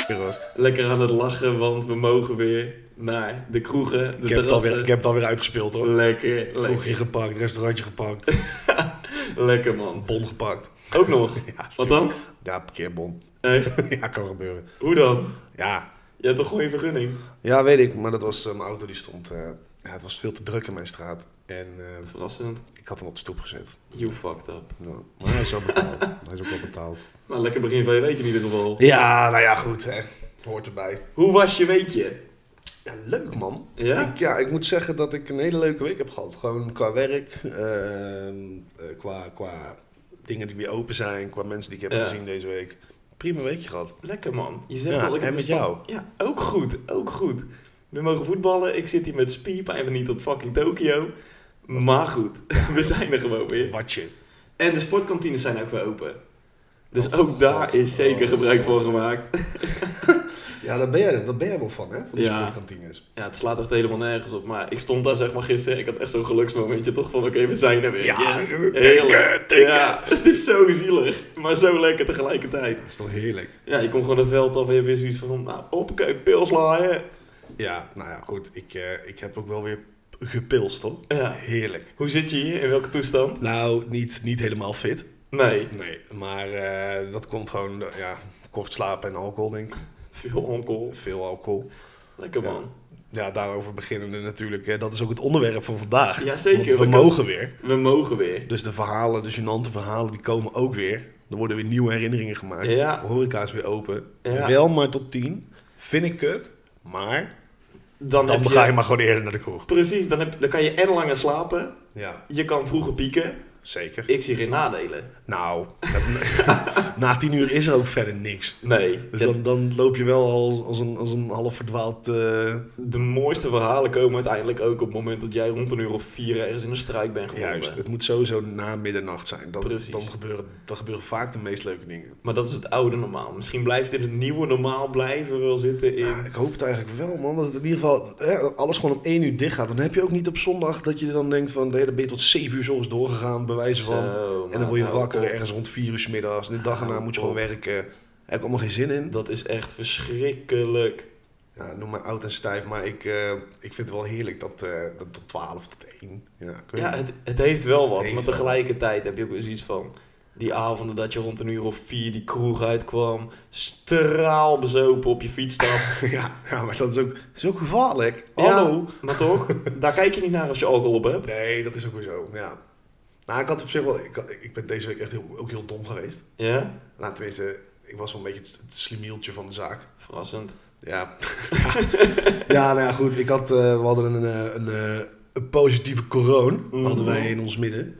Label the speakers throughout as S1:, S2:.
S1: lekker hoor.
S2: Lekker aan het lachen, want we mogen weer naar de kroegen, de
S1: Ik heb, het
S2: terrassen.
S1: alweer, ik heb het alweer uitgespeeld hoor.
S2: Lekker,
S1: Kroegje
S2: lekker.
S1: gepakt, restaurantje gepakt,
S2: Lekker man.
S1: bon gepakt.
S2: Ook nog.
S1: Ja,
S2: Wat dan?
S1: Ja, parkeerbon.
S2: Echt?
S1: ja, kan gebeuren.
S2: Hoe dan?
S1: Ja.
S2: Je hebt toch gewoon je vergunning?
S1: ja, weet ik. Maar dat was eh, mijn auto die stond... eh, ja, het was veel te druk in mijn straat. En eh,
S2: Verrassend.
S1: ik had hem op de stoep gezet.
S2: You fucked up.
S1: Nou, maar hij is al betaald. hij is ook al betaald.
S2: Nou, lekker begin van je week in ieder geval.
S1: Ja, nou ja, goed hè. Hoort erbij.
S2: Hoe was je weekje?
S1: Ja, leuk man.
S2: Ja?
S1: Ik, ja, ik moet zeggen dat ik een hele leuke week heb gehad. Gewoon qua werk, ehm, eh, qua, qua dingen die weer open zijn, qua mensen die ik heb
S2: Ja.
S1: gezien deze week. Prima weekje gehad.
S2: Lekker man. Je zegt
S1: Ja,
S2: al, ik heb
S1: en met
S2: een stand-
S1: jou?
S2: Ja, ook goed. Ook goed. We mogen voetballen. Ik zit hier met Spiep. Even niet tot fucking Tokio. Maar goed, we zijn er gewoon weer.
S1: Watje.
S2: En de sportkantines zijn ook weer open. Dus
S1: Oh,
S2: ook
S1: God.
S2: daar is zeker
S1: Oh,
S2: gebruik
S1: God.
S2: van gemaakt.
S1: Ja, daar ben jij, daar ben jij wel van, hè? Van die
S2: Ja.
S1: sportkantines.
S2: Ja, het slaat echt helemaal nergens op. Maar ik stond daar zeg maar gisteren. Ik had echt zo'n geluksmomentje toch van oké, we zijn er weer.
S1: Ja,
S2: Yes.
S1: tikken, tikken.
S2: Ja, het is zo zielig. Maar zo lekker tegelijkertijd.
S1: Dat is toch heerlijk?
S2: Ja, je kon gewoon het veld af en je wist zoiets van... Nou, hoppakee, pils laaien.
S1: Ja, nou ja, goed. Ik, eh, ik heb ook wel weer gepilst, toch?
S2: Ja.
S1: Heerlijk.
S2: Hoe zit je hier? In welke toestand?
S1: Nou, niet, niet helemaal fit.
S2: Nee,
S1: Nee, maar eh, dat komt gewoon, eh, ja, kort slapen en alcohol, denk ik.
S2: veel onkel.
S1: Veel alcohol.
S2: Lekker
S1: Ja.
S2: man.
S1: Ja, daarover beginnen we natuurlijk. Hè. Dat is ook het onderwerp van vandaag.
S2: Ja, zeker.
S1: Want we,
S2: We
S1: mogen weer.
S2: We mogen weer.
S1: Dus de verhalen, de gênante verhalen, die komen ook weer. Er worden weer nieuwe herinneringen gemaakt.
S2: Ja.
S1: De horeca is weer open.
S2: Ja.
S1: Wel maar tot tien. Vind ik kut. Maar
S2: Dan,
S1: dan
S2: heb
S1: ga je
S2: je...
S1: maar gewoon eerder naar de kroeg.
S2: Precies, dan, heb, dan kan je en langer slapen.
S1: Ja,
S2: Je kan vroeger pieken.
S1: zeker.
S2: Ik zie geen nadelen.
S1: Nou, na tien uur is er ook verder niks.
S2: Nee.
S1: Dus
S2: Ja,
S1: dan, dan loop je wel al als een, als een half verdwaald... eh,
S2: De mooiste verhalen komen uiteindelijk ook op het moment dat jij rond een uur of vier ergens in een struik bent geworden.
S1: Juist, het moet sowieso na middernacht zijn. Dan,
S2: Precies.
S1: dan, gebeuren, dan gebeuren vaak de meest leuke dingen.
S2: Maar dat is het oude normaal. Misschien blijft in het nieuwe normaal blijven we wel zitten in...
S1: Ja, ik hoop Ah, het eigenlijk wel, man. Dat het in ieder geval hè, dat alles gewoon om één uur dicht gaat. Dan heb je ook niet op zondag dat je dan denkt van... hé, dan ben je tot zeven uur 's ochtends doorgegaan, bij wijze van.
S2: Zo, Nou,
S1: en
S2: maat,
S1: dan word je
S2: hou
S1: wakker
S2: op.
S1: ergens rond vier uur 's middags. En de dag erna
S2: Hou
S1: moet je gewoon
S2: op.
S1: werken. Daar heb ik allemaal geen zin in.
S2: Dat is echt verschrikkelijk.
S1: Ja, noem mij oud en stijf, maar ik, eh, ik vind het wel heerlijk dat, eh, dat tot twaalf, tot één. Ja, ik weet
S2: Ja,
S1: niet.
S2: het, het heeft wel wat.
S1: Heeft
S2: maar
S1: wel.
S2: tegelijkertijd heb je ook weer zoiets van... Die avonden dat je rond een uur of vier die kroeg uitkwam... straalbezopen op je fiets stapt.
S1: ja, ja, maar dat is ook, is ook gevaarlijk.
S2: Ja,
S1: Hallo.
S2: maar toch? Daar kijk je niet naar als je alcohol op hebt.
S1: Nee, dat is ook weer zo, ja. Nou, ik had op zich wel... Ik, had- ik ben deze week echt heel, ook heel dom geweest.
S2: Ja?
S1: Nou, tenminste, ik was wel een beetje het, het slimieltje van de zaak.
S2: Verrassend.
S1: Ja. ja, nou ja, goed. Ik had, eh, we hadden een, eh, een, eh, een positieve coroon
S2: Mhm.
S1: hadden wij in ons midden.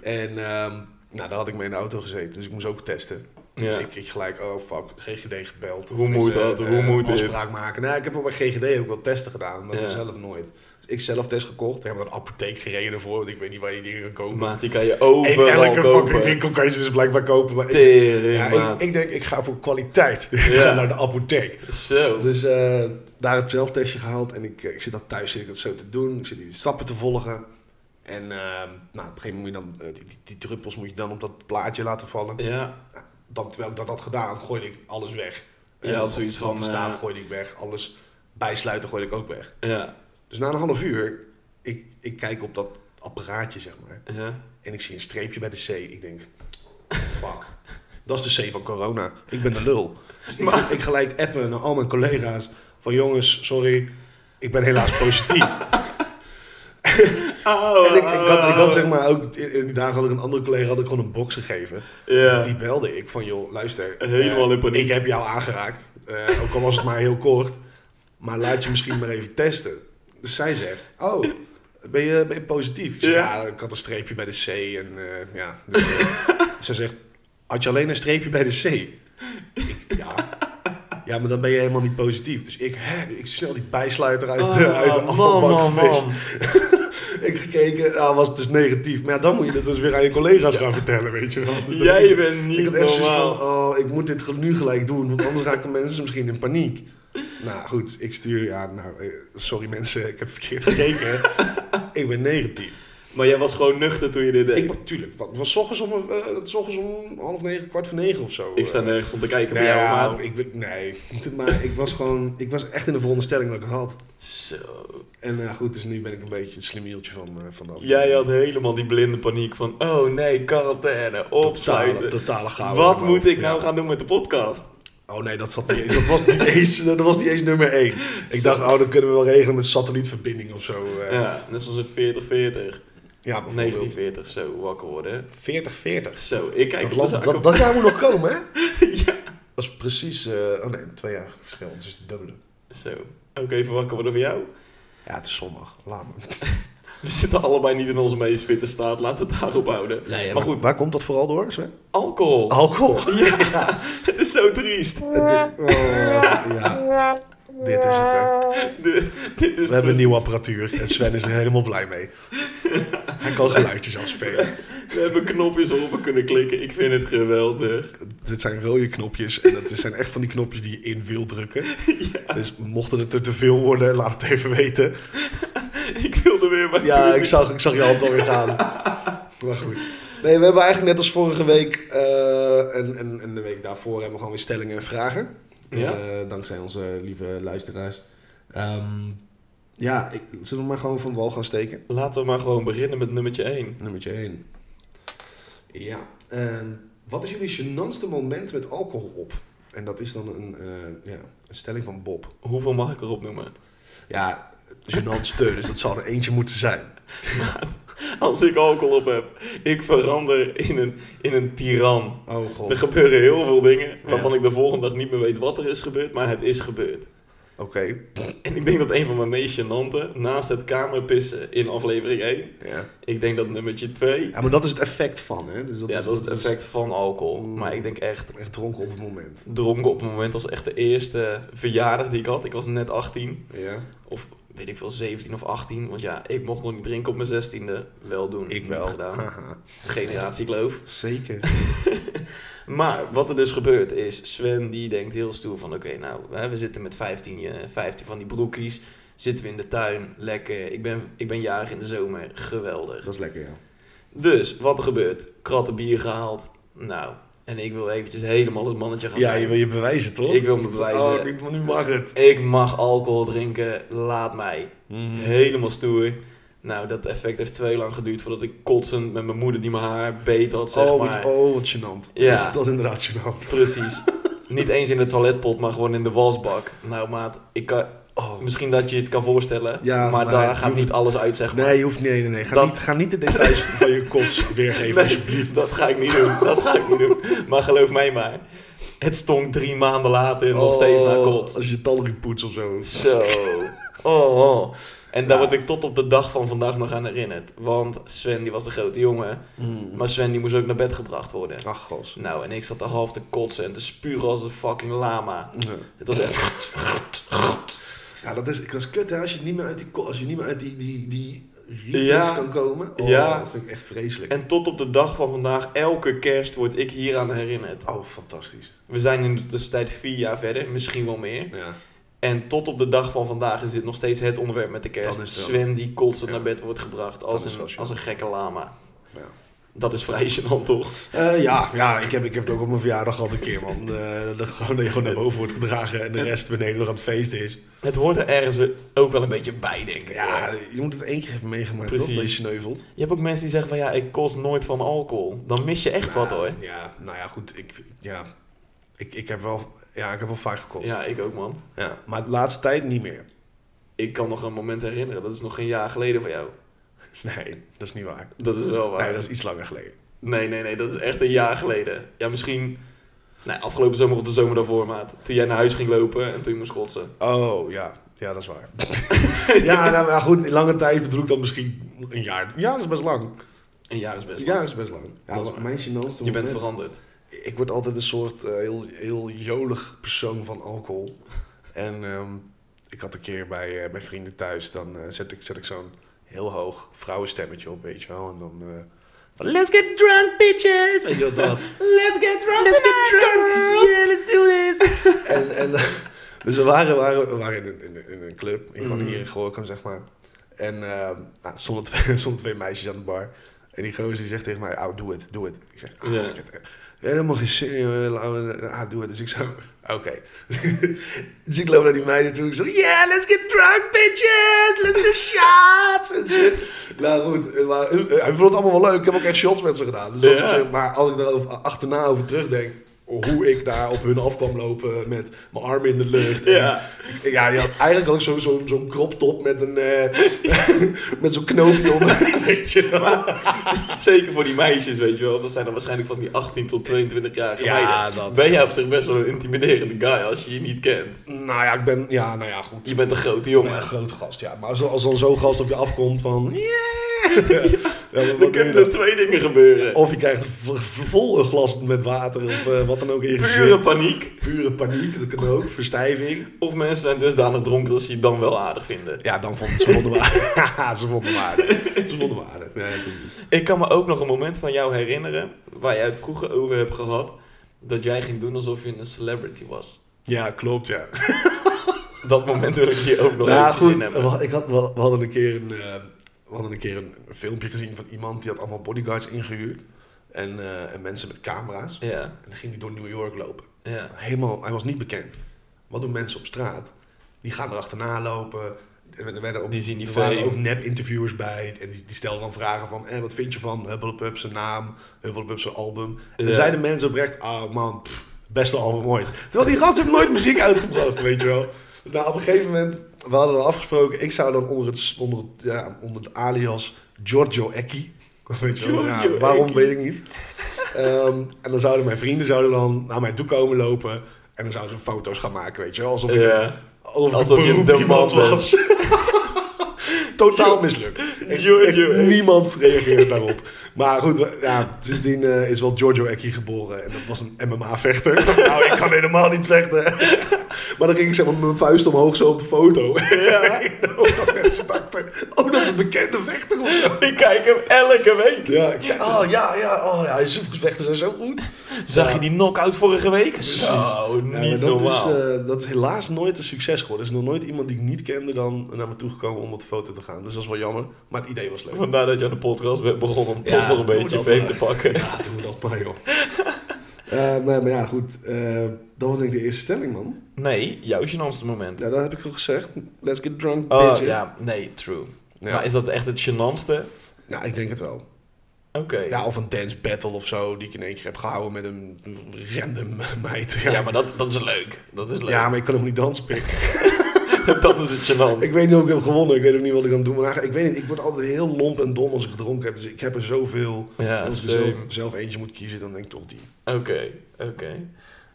S1: En ehm, nou, daar had ik mee in de auto gezeten, dus ik moest ook testen.
S2: Ja.
S1: Dus ik, ik gelijk, oh fuck, GGD gebeld. Of
S2: Hoe moet
S1: tenminste,
S2: dat?
S1: eh,
S2: Hoe moet dit?
S1: afspraak maken. Nou, ik heb wel bij GGD ook wel testen gedaan, maar
S2: Ja.
S1: zelf nooit. Dus ik zelf test gekocht. Ik heb naar een apotheek gereden ervoor, want ik weet niet waar die dingen gaan komen.
S2: Maat, die kan je
S1: In
S2: overal
S1: elke fucking
S2: kopen.
S1: winkel kan je ze dus blijkbaar kopen. Maar ik-
S2: Tering,
S1: ja, ik,
S2: maat.
S1: ik denk, ik ga voor kwaliteit. Ik ga naar de apotheek.
S2: Zo.
S1: Dus eh, daar het zelftestje gehaald. En ik, eh, ik zit dat thuis zit ik dat zo te doen. Ik zit die stappen te volgen. En ehm, nou, op een gegeven moment moet je dan... eh, die, die, die druppels moet je dan op dat plaatje laten vallen.
S2: Ja.
S1: Nou, Dan, terwijl ik dat had gedaan, gooide ik alles weg.
S2: Ja,
S1: Eh,
S2: dat is
S1: want
S2: zoiets
S1: want
S2: van,
S1: de staaf
S2: eh,
S1: gooide ik weg. Alles bijsluiten gooide ik ook weg.
S2: Ja.
S1: Dus na een half uur... Ik, ik kijk op dat apparaatje, zeg maar.
S2: Ja.
S1: En ik zie een streepje bij de C. Ik denk, fuck. Dat is de C van corona. Ik ben de lul. Dus ik- ik gelijk appen naar al mijn collega's. Van jongens, sorry. Ik ben helaas positief.
S2: Oh,
S1: en ik, ik, had, ik had zeg maar ook... In in die dagen had ik een andere collega had ik gewoon een box gegeven.
S2: Ja.
S1: Die belde ik van, joh, luister.
S2: Helemaal
S1: eh,
S2: in paniek.
S1: Ik heb jou aangeraakt. Eh, ook al was het maar heel kort. Maar laat je misschien maar even testen. Dus zij zegt, oh, ben je, ben je positief? Ik zeg,
S2: Ja.
S1: ja. ik had een streepje bij de C. En eh, ja, dus, eh, ze zegt, had je alleen een streepje bij de C? Ik, ja. Ja, maar dan ben je helemaal niet positief. Dus ik, hè, ik snel die bijsluiter uit,
S2: Ah,
S1: eh, uit de
S2: man,
S1: afvalbak
S2: man, man.
S1: gevist. ik gekeken, nou was het dus negatief. Maar ja, dan moet je dat dus weer aan je collega's gaan vertellen, weet je wel. Dus dan-
S2: Jij bent
S1: ik
S2: niet
S1: had echt zoiets van,
S2: normaal.
S1: oh, ik moet dit nu gelijk doen, want anders raken mensen misschien in paniek. Nou goed, ik stuur, ja, nou, eh, sorry mensen, ik heb verkeerd gekeken. ik ben negatief.
S2: Maar jij was gewoon nuchter toen je dit deed.
S1: Ik, wa- tuurlijk, wa- het was 's ochtends om, eh, het was 's ochtends om half negen, kwart voor negen of zo.
S2: Ik sta
S1: eh.
S2: nergens van te kijken
S1: Nee,
S2: bij jou, maat.
S1: nou, ik, ben- nee, maar ik was gewoon, ik was echt in de veronderstelling dat ik het had.
S2: Zo.
S1: En eh, goed, dus nu ben ik een beetje het slimmieltje van, eh van de afdeling.
S2: Jij had helemaal die blinde paniek van... Oh nee, quarantaine,
S1: totale,
S2: opsluiten.
S1: totale chaos.
S2: Wat
S1: in mijn
S2: moet
S1: hoofd,
S2: ik nou
S1: ja.
S2: gaan doen met de podcast?
S1: Oh nee, dat, zat niet eens, dat, was niet eens, dat was niet eens nummer één. Ik dacht, oh, dan kunnen we wel regelen met satellietverbinding of zo. eh. ja,
S2: Ja, net zoals een 4040.
S1: bijvoorbeeld.
S2: 1940, zo wakker worden. hè.
S1: 40-40.
S2: Zo, ik
S1: Dat,
S2: kijk op de
S1: land-
S2: zaak
S1: dat,
S2: op.
S1: dat jaar moet nog komen, hè?
S2: Ja.
S1: Dat is precies... eh, oh nee, twee jaar verschil, dus is het dubbele.
S2: Zo, ook even wakker worden voor jou.
S1: Ja, het is zondag. Laat me.
S2: We zitten allebei niet in onze meest fitte staat, laten we het daarop houden. maar goed,
S1: Waar komt dat vooral door, Sven?
S2: alcohol.
S1: Alcohol.
S2: Ja, het is zo triest.
S1: Het is, oh, ja. Dit is het, hè.
S2: De-
S1: We
S2: dit is
S1: hebben een
S2: precies-
S1: nieuwe apparatuur en Sven is er helemaal blij mee. Hij kan geluidjes afspelen.
S2: We hebben knopjes op we kunnen klikken. Ik vind het geweldig.
S1: Dit zijn rode knopjes en dat zijn echt van die knopjes die je in wil drukken. Dus mochten het er te veel worden, laat het even weten.
S2: Ik wilde weer maar.
S1: Ja, ik zag, ik zag je hand alweer gaan. Maar goed. Nee, we hebben eigenlijk net als vorige week eh, en, en, en de week daarvoor hebben we gewoon weer stellingen en vragen.
S2: Ja.
S1: Eh, dankzij onze lieve luisteraars. Ehm, ja, ik, zullen we maar gewoon van wal gaan steken?
S2: Laten we maar gewoon beginnen met nummertje 1.
S1: Nummertje 1. Ja. en wat is jullie gênantste moment met alcohol op? En dat is dan een, eh, ja, een stelling van Bob.
S2: Hoeveel mag ik erop noemen?
S1: Ja, gênantste, dus dat zal er eentje moeten zijn.
S2: Als ik alcohol op heb, ik verander in een, in een tiran.
S1: Oh god.
S2: Er
S1: Oké.
S2: gebeuren heel veel dingen waarvan
S1: Ja.
S2: ik de volgende dag niet meer weet wat er is gebeurd, maar het is gebeurd. En ik denk dat een van mijn meest gênante, naast het kamerpissen in aflevering 1,
S1: Ja.
S2: ik denk dat nummertje 2,
S1: ja, maar dat is het effect van, hè? Dus Mm. dat
S2: ja,
S1: is,
S2: dat is het effect van alcohol. Maar ik denk echt,
S1: Echt dronken op het moment.
S2: dronken op het moment was echt de eerste verjaardag die ik had. Ik was net 18,
S1: Ja.
S2: of weet ik veel, 17 of 18. Want ja, ik mocht nog niet drinken op mijn 16e. Wel doen.
S1: Ik
S2: niet
S1: wel.
S2: Gedaan.
S1: Haha.
S2: Generatiekloof.
S1: Zeker.
S2: Maar wat er dus gebeurt is, Sven die denkt heel stoer van... Oké, nou, hè, we zitten met 15, eh, 15 van die broekies. Zitten we in de tuin, lekker. Ik ben, ik ben jarig in de zomer, geweldig.
S1: Dat is lekker, ja.
S2: Dus, wat er gebeurt? Kratten bier gehaald. Nou, en ik wil eventjes helemaal het mannetje gaan
S1: Ja,
S2: zijn.
S1: je wil je bewijzen, toch?
S2: Ik wil me bewijzen.
S1: Oh, ik, nu mag het.
S2: Ik mag alcohol drinken, laat mij.
S1: Hmm.
S2: Helemaal stoer. Nou, dat effect heeft twee lang geduurd voordat ik kotsend met mijn moeder die mijn haar beet had, zeg
S1: oh,
S2: maar.
S1: oh, wat gênant.
S2: Ja.
S1: Dat is inderdaad gênant.
S2: Precies. Niet eens in de toiletpot, maar gewoon in de wasbak. Nou maat, ik kan,
S1: Oh.
S2: misschien dat je het kan voorstellen,
S1: Ja,
S2: maar,
S1: maar je
S2: daar gaat
S1: hoeft-
S2: niet alles uit, zeg maar.
S1: Nee, je hoeft niet. Nee, nee, nee. Ga,
S2: Dat-
S1: niet, ga niet de details van je kots weergeven,
S2: Nee,
S1: alsjeblieft.
S2: dat ga ik niet doen, dat ga ik niet doen. Maar geloof mij maar, het stonk drie maanden later en nog steeds naar kot.
S1: Oh, Als je talrie poets of zo.
S2: Oh. Zo. Oh, oh. En daar
S1: Ja.
S2: word ik tot op de dag van vandaag nog aan herinnerd. Want Sven die was de grote jongen. Maar Sven die moest ook naar bed gebracht worden.
S1: Ach, gos.
S2: Nou, en ik zat er half te kotsen en te spuren als een fucking lama.
S1: Ja.
S2: Het was echt...
S1: Ja, dat is, dat is kut, hè. Als je niet meer uit die, ko- als je niet meer uit die, die, die reflex
S2: Ja.
S1: kan komen. Oh,
S2: Ja.
S1: Dat vind ik echt vreselijk.
S2: En tot op de dag van vandaag, elke kerst word ik hieraan herinnerd.
S1: Oh, fantastisch.
S2: We zijn in de tussentijd vier jaar verder, misschien wel meer.
S1: Ja.
S2: En tot op de dag van vandaag is dit nog steeds het onderwerp met de kerst.
S1: Dat is wel-
S2: Sven die constant
S1: Ja.
S2: naar bed wordt gebracht
S1: Dat
S2: als
S1: is wel
S2: een,
S1: chill.
S2: als een gekke lama.
S1: Ja.
S2: Dat is vrij gênant, toch?
S1: Eh, ja, ja ik, heb, ik heb het ook op mijn verjaardag gehad een keer, man. Eh, dat gewoon, dat je gewoon naar boven wordt gedragen en de rest beneden nog aan het feesten is.
S2: Het hoort er ergens ook wel een beetje bij, denk ik.
S1: Ja,
S2: hoor.
S1: je moet het één keer hebben meegemaakt, toch?
S2: Precies.
S1: Dat je sneuvelt.
S2: Je hebt ook mensen die zeggen van ja, ik kost nooit van alcohol. Dan mis je echt wat hoor.
S1: Ja, nou ja, goed. Ik, ja, ik, ik, heb wel, ja, ik heb wel vaak gekost.
S2: Ja, ik ook man.
S1: Ja, maar de laatste tijd niet meer.
S2: Ik kan nog een moment herinneren, dat is nog geen jaar geleden voor jou.
S1: Nee, dat is niet waar.
S2: Dat is wel waar.
S1: Nee, dat is iets langer geleden.
S2: Nee, nee, nee, dat is echt een jaar geleden. Ja, misschien nee, afgelopen zomer of de zomer daarvoor, maat. Toen jij naar huis ging lopen en toen je moest kotsen.
S1: Oh, ja. Ja, dat is waar. ja, nou, maar goed, in lange tijd bedoel ik dat misschien een jaar. Een jaar is best lang.
S2: Een jaar is best
S1: Een
S2: lang.
S1: jaar is best lang. Ja,
S2: Dat is
S1: maar
S2: waar.
S1: mijn gênantste
S2: Je bent
S1: moment-
S2: veranderd.
S1: Ik word altijd een soort eh, heel, heel jolig persoon van alcohol. En ehm, ik had een keer bij, eh, bij vrienden thuis, dan eh, zet ik, zet ik zo'n heel hoog vrouwenstemmetje op, weet je wel. En dan eh, van, let's get drunk, bitches! Weet je wat dat?
S2: Let's get drunk
S1: Let's get drunk! Yeah, let's do this! en, en, eh, dus we waren, waren, we waren in, een- in, een- in een club in Van
S2: Mhm.
S1: hier in Gorkum, zeg maar. En ehm nou, stonden, twee, stonden twee meisjes aan de bar. En die gozer die zegt tegen mij, oh, doe het, doe het. Ik zeg, ah,
S2: Ja.
S1: ik heb het helemaal geen zin in, eh, laten we- ah, doe het. Dus ik zo, oké. dus ik loop naar die meiden toe. Ik zo, yeah, let's get drunk, bitches! Let's do shots! En shit. Nou goed, eh, maar, eh, hij vond het allemaal wel leuk. Ik heb ook echt shots met ze gedaan. Dus dat is
S2: Ja.
S1: op zich- maar als ik daarover achterna over terugdenk, hoe ik daar op hun af kwam lopen met mijn armen in de lucht. en
S2: Ja.
S1: ja, je had eigenlijk ook zo'n zo, zo'n crop top met een eh, met zo'n knoopje onder. Weet je wel.
S2: Zeker voor die meisjes, weet je wel. Dat zijn dan waarschijnlijk van die 18 tot 22 jaar
S1: Ja,
S2: meiden.
S1: dat-
S2: Ben jij op zich best wel een intimiderende guy als je je niet kent.
S1: Nou ja, ik ben, ja, nou ja, goed.
S2: Je bent een grote
S1: Ik ben
S2: jongen.
S1: een groot gast, ja. Maar als, als dan zo'n gast op je afkomt van... Yeah! Ja, maar wat doe
S2: Er
S1: je
S2: kunnen
S1: dan?
S2: er twee dingen gebeuren.
S1: Of je krijgt v- v- vol een glas met water of eh, wat dan ook in je
S2: Pure
S1: gezicht.
S2: paniek.
S1: Pure paniek, dat kan ook. Verstijving.
S2: Of mensen zijn dusdanig dronken dat ze je dan wel aardig vinden.
S1: Ja, dan vonden ze vonden waarde. ze vonden waarde. Ze vonden waarde. Nee, dat is niet.
S2: Ik kan me ook nog een moment van jou herinneren... waar jij het vroeger over hebt gehad... dat jij ging doen alsof je een celebrity was.
S1: ja, klopt, ja.
S2: Dat moment wil ik hier ook nog
S1: Nou ja,
S2: even
S1: goed.
S2: in hebben.
S1: we- Ik had, we, we hadden een keer een, eh, we hadden een keer een filmpje gezien van iemand die had allemaal bodyguards ingehuurd. En, eh, en mensen met camera's.
S2: Ja,
S1: En dan ging hij door New York lopen.
S2: ja.
S1: Helemaal, hij was niet bekend. Wat doen mensen op straat? Die gaan er achterna lopen. Er werden- er werden ook,
S2: Die zien die
S1: er waren
S2: fame.
S1: ook nep-interviewers bij. En die, die stelden dan vragen van... Eh, wat vind je van Hubblepup zijn naam? Hubblepup zijn album? En
S2: Ja.
S1: dan zeiden mensen oprecht... Ah man, pff, beste album ooit. Terwijl die gast heeft nooit muziek uitgebracht, weet je wel. Dus nou, op een gegeven moment... We hadden dan afgesproken... Ik zou dan onder, het, onder, het, ja, onder de alias Giorgio Ecchi... Weet je wel,
S2: Giorgio
S1: ja, waarom
S2: Ecchi.
S1: weet ik niet. Ehm, en dan zouden mijn vrienden zouden dan naar mij toe komen lopen. En dan zouden ze foto's gaan maken, weet je wel. Alsof ik,
S2: Ja.
S1: alsof ik
S2: Alsof je
S1: een beroemd
S2: de man
S1: iemand
S2: bent.
S1: was. Totaal mislukt. Echt-
S2: Giorgio
S1: echt
S2: Ecchi.
S1: niemand reageerde daarop. Maar goed, we- ja, sindsdien eh, is wel Giorgio Ecchi geboren. En dat was een MMA-vechter. nou, ik kan helemaal niet vechten. maar dan ging ik zeg maar met mijn vuist omhoog zo op de foto. Ja. mensen dachten, oh, dat is een bekende vechter of zo.
S2: Ik kijk hem elke week.
S1: Ja, ik- oh, ja, ja, oh, ja, zijn vechten zijn zo goed.
S2: Zag je die knock-out vorige week? Zo,
S1: Ja,
S2: Nou, niet
S1: maar nou, dat
S2: normaal.
S1: Is, eh, dat is helaas nooit een succes geworden. Er is nog nooit iemand die ik niet kende dan naar me toegekomen om op de foto te gaan. Dus dat is wel jammer. Maar het idee was leuk.
S2: Vandaar dat je aan de podcast bent begonnen om
S1: Ja,
S2: toch nog een
S1: doe
S2: beetje
S1: dat
S2: fame
S1: maar.
S2: te pakken.
S1: Ja, doen we dat maar, joh. Eh, nee, maar ja, goed. Eh, dat was denk ik de eerste stelling, man.
S2: Nee, jouw gênantste moment.
S1: Ja, dat heb ik al gezegd. Let's get drunk,
S2: oh,
S1: bitches.
S2: ja, nee, true.
S1: Ja.
S2: Maar is dat echt het gênantste?
S1: Nou, ik denk het wel.
S2: Oké. Ja,
S1: Ja, of een dance battle of zo, die ik in één keer heb gehouden met een random meid. Ja,
S2: maar dat, dat is leuk. Dat is leuk.
S1: ja, maar ik kan hem niet dansen, pik.
S2: dat is het gênant.
S1: Ik weet niet hoe ik heb gewonnen. Ik weet ook niet wat ik aan het doen ben. Eigenlijk- Ik weet niet. Ik word altijd heel lomp en dom als ik gedronken heb. Dus ik heb er zoveel.
S2: Ja,
S1: als ik er
S2: same.
S1: zelf, zelf eentje moet kiezen, dan denk ik toch die.
S2: Oké, oké.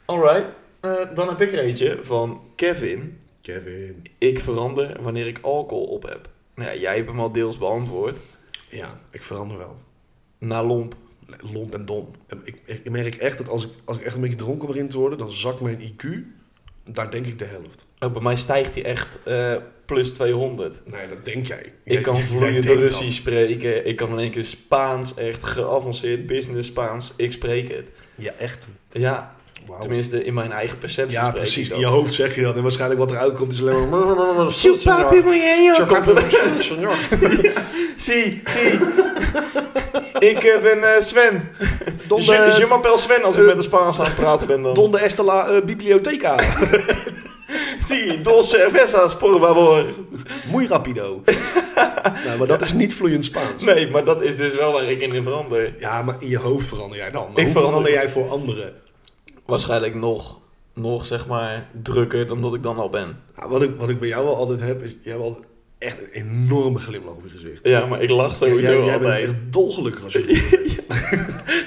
S2: Alright, eh, dan heb ik er eentje van Kevin.
S1: Kevin.
S2: Ik verander wanneer ik alcohol op heb. Nou ja, jij hebt hem al deels beantwoord.
S1: Ja, ik verander wel.
S2: Na lomp.
S1: Lomp en dom. En Ik, ik, ik merk echt dat als ik, als ik echt een beetje dronken begin te worden, dan zakt mijn IQ. Daar denk ik de helft.
S2: Oh, bij mij stijgt hij echt eh, plus 200.
S1: Nee, dat denk jij.
S2: Ik
S1: Jij-
S2: kan
S1: jij
S2: vloeiend
S1: denkt dat.
S2: Russisch spreken. Ik kan in één keer Spaans, echt geavanceerd business Spaans. Ik spreek het.
S1: Ja, echt.
S2: Ja,
S1: Wauw.
S2: tenminste in mijn eigen perceptie.
S1: Ja,
S2: spreek
S1: precies.
S2: ik
S1: In
S2: dat.
S1: je hoofd zeg je dat. En waarschijnlijk wat eruit komt is alleen maar...
S2: Chupa, pimoyeño. Komt er- Zie, zie. Ik eh, ben eh, Sven.
S1: Don
S2: Je, je
S1: de,
S2: m'appelle Sven als ik
S1: eh,
S2: met een Spaans aan het praten ben dan.
S1: Don de Estela eh, Bibliotheca.
S2: Zie, dos cervezas, por favor.
S1: Muy rapido. nou, maar dat is niet vloeiend Spaans.
S2: Nee, maar dat is dus wel waar ik in verander.
S1: Ja, maar in je hoofd verander jij dan. Maar
S2: Ik
S1: hoe
S2: verander-
S1: verander jij voor anderen?
S2: Waarschijnlijk nog, nog zeg maar, drukker dan dat ik dan al ben.
S1: Nou, wat, ik, wat ik bij jou wel altijd heb, is... Jij hebt altijd echt een enorme glimlach op je gezicht.
S2: Ja, maar ik lach sowieso
S1: jij, jij bent
S2: altijd.
S1: echt dolgelukkig als je gelukkig bent.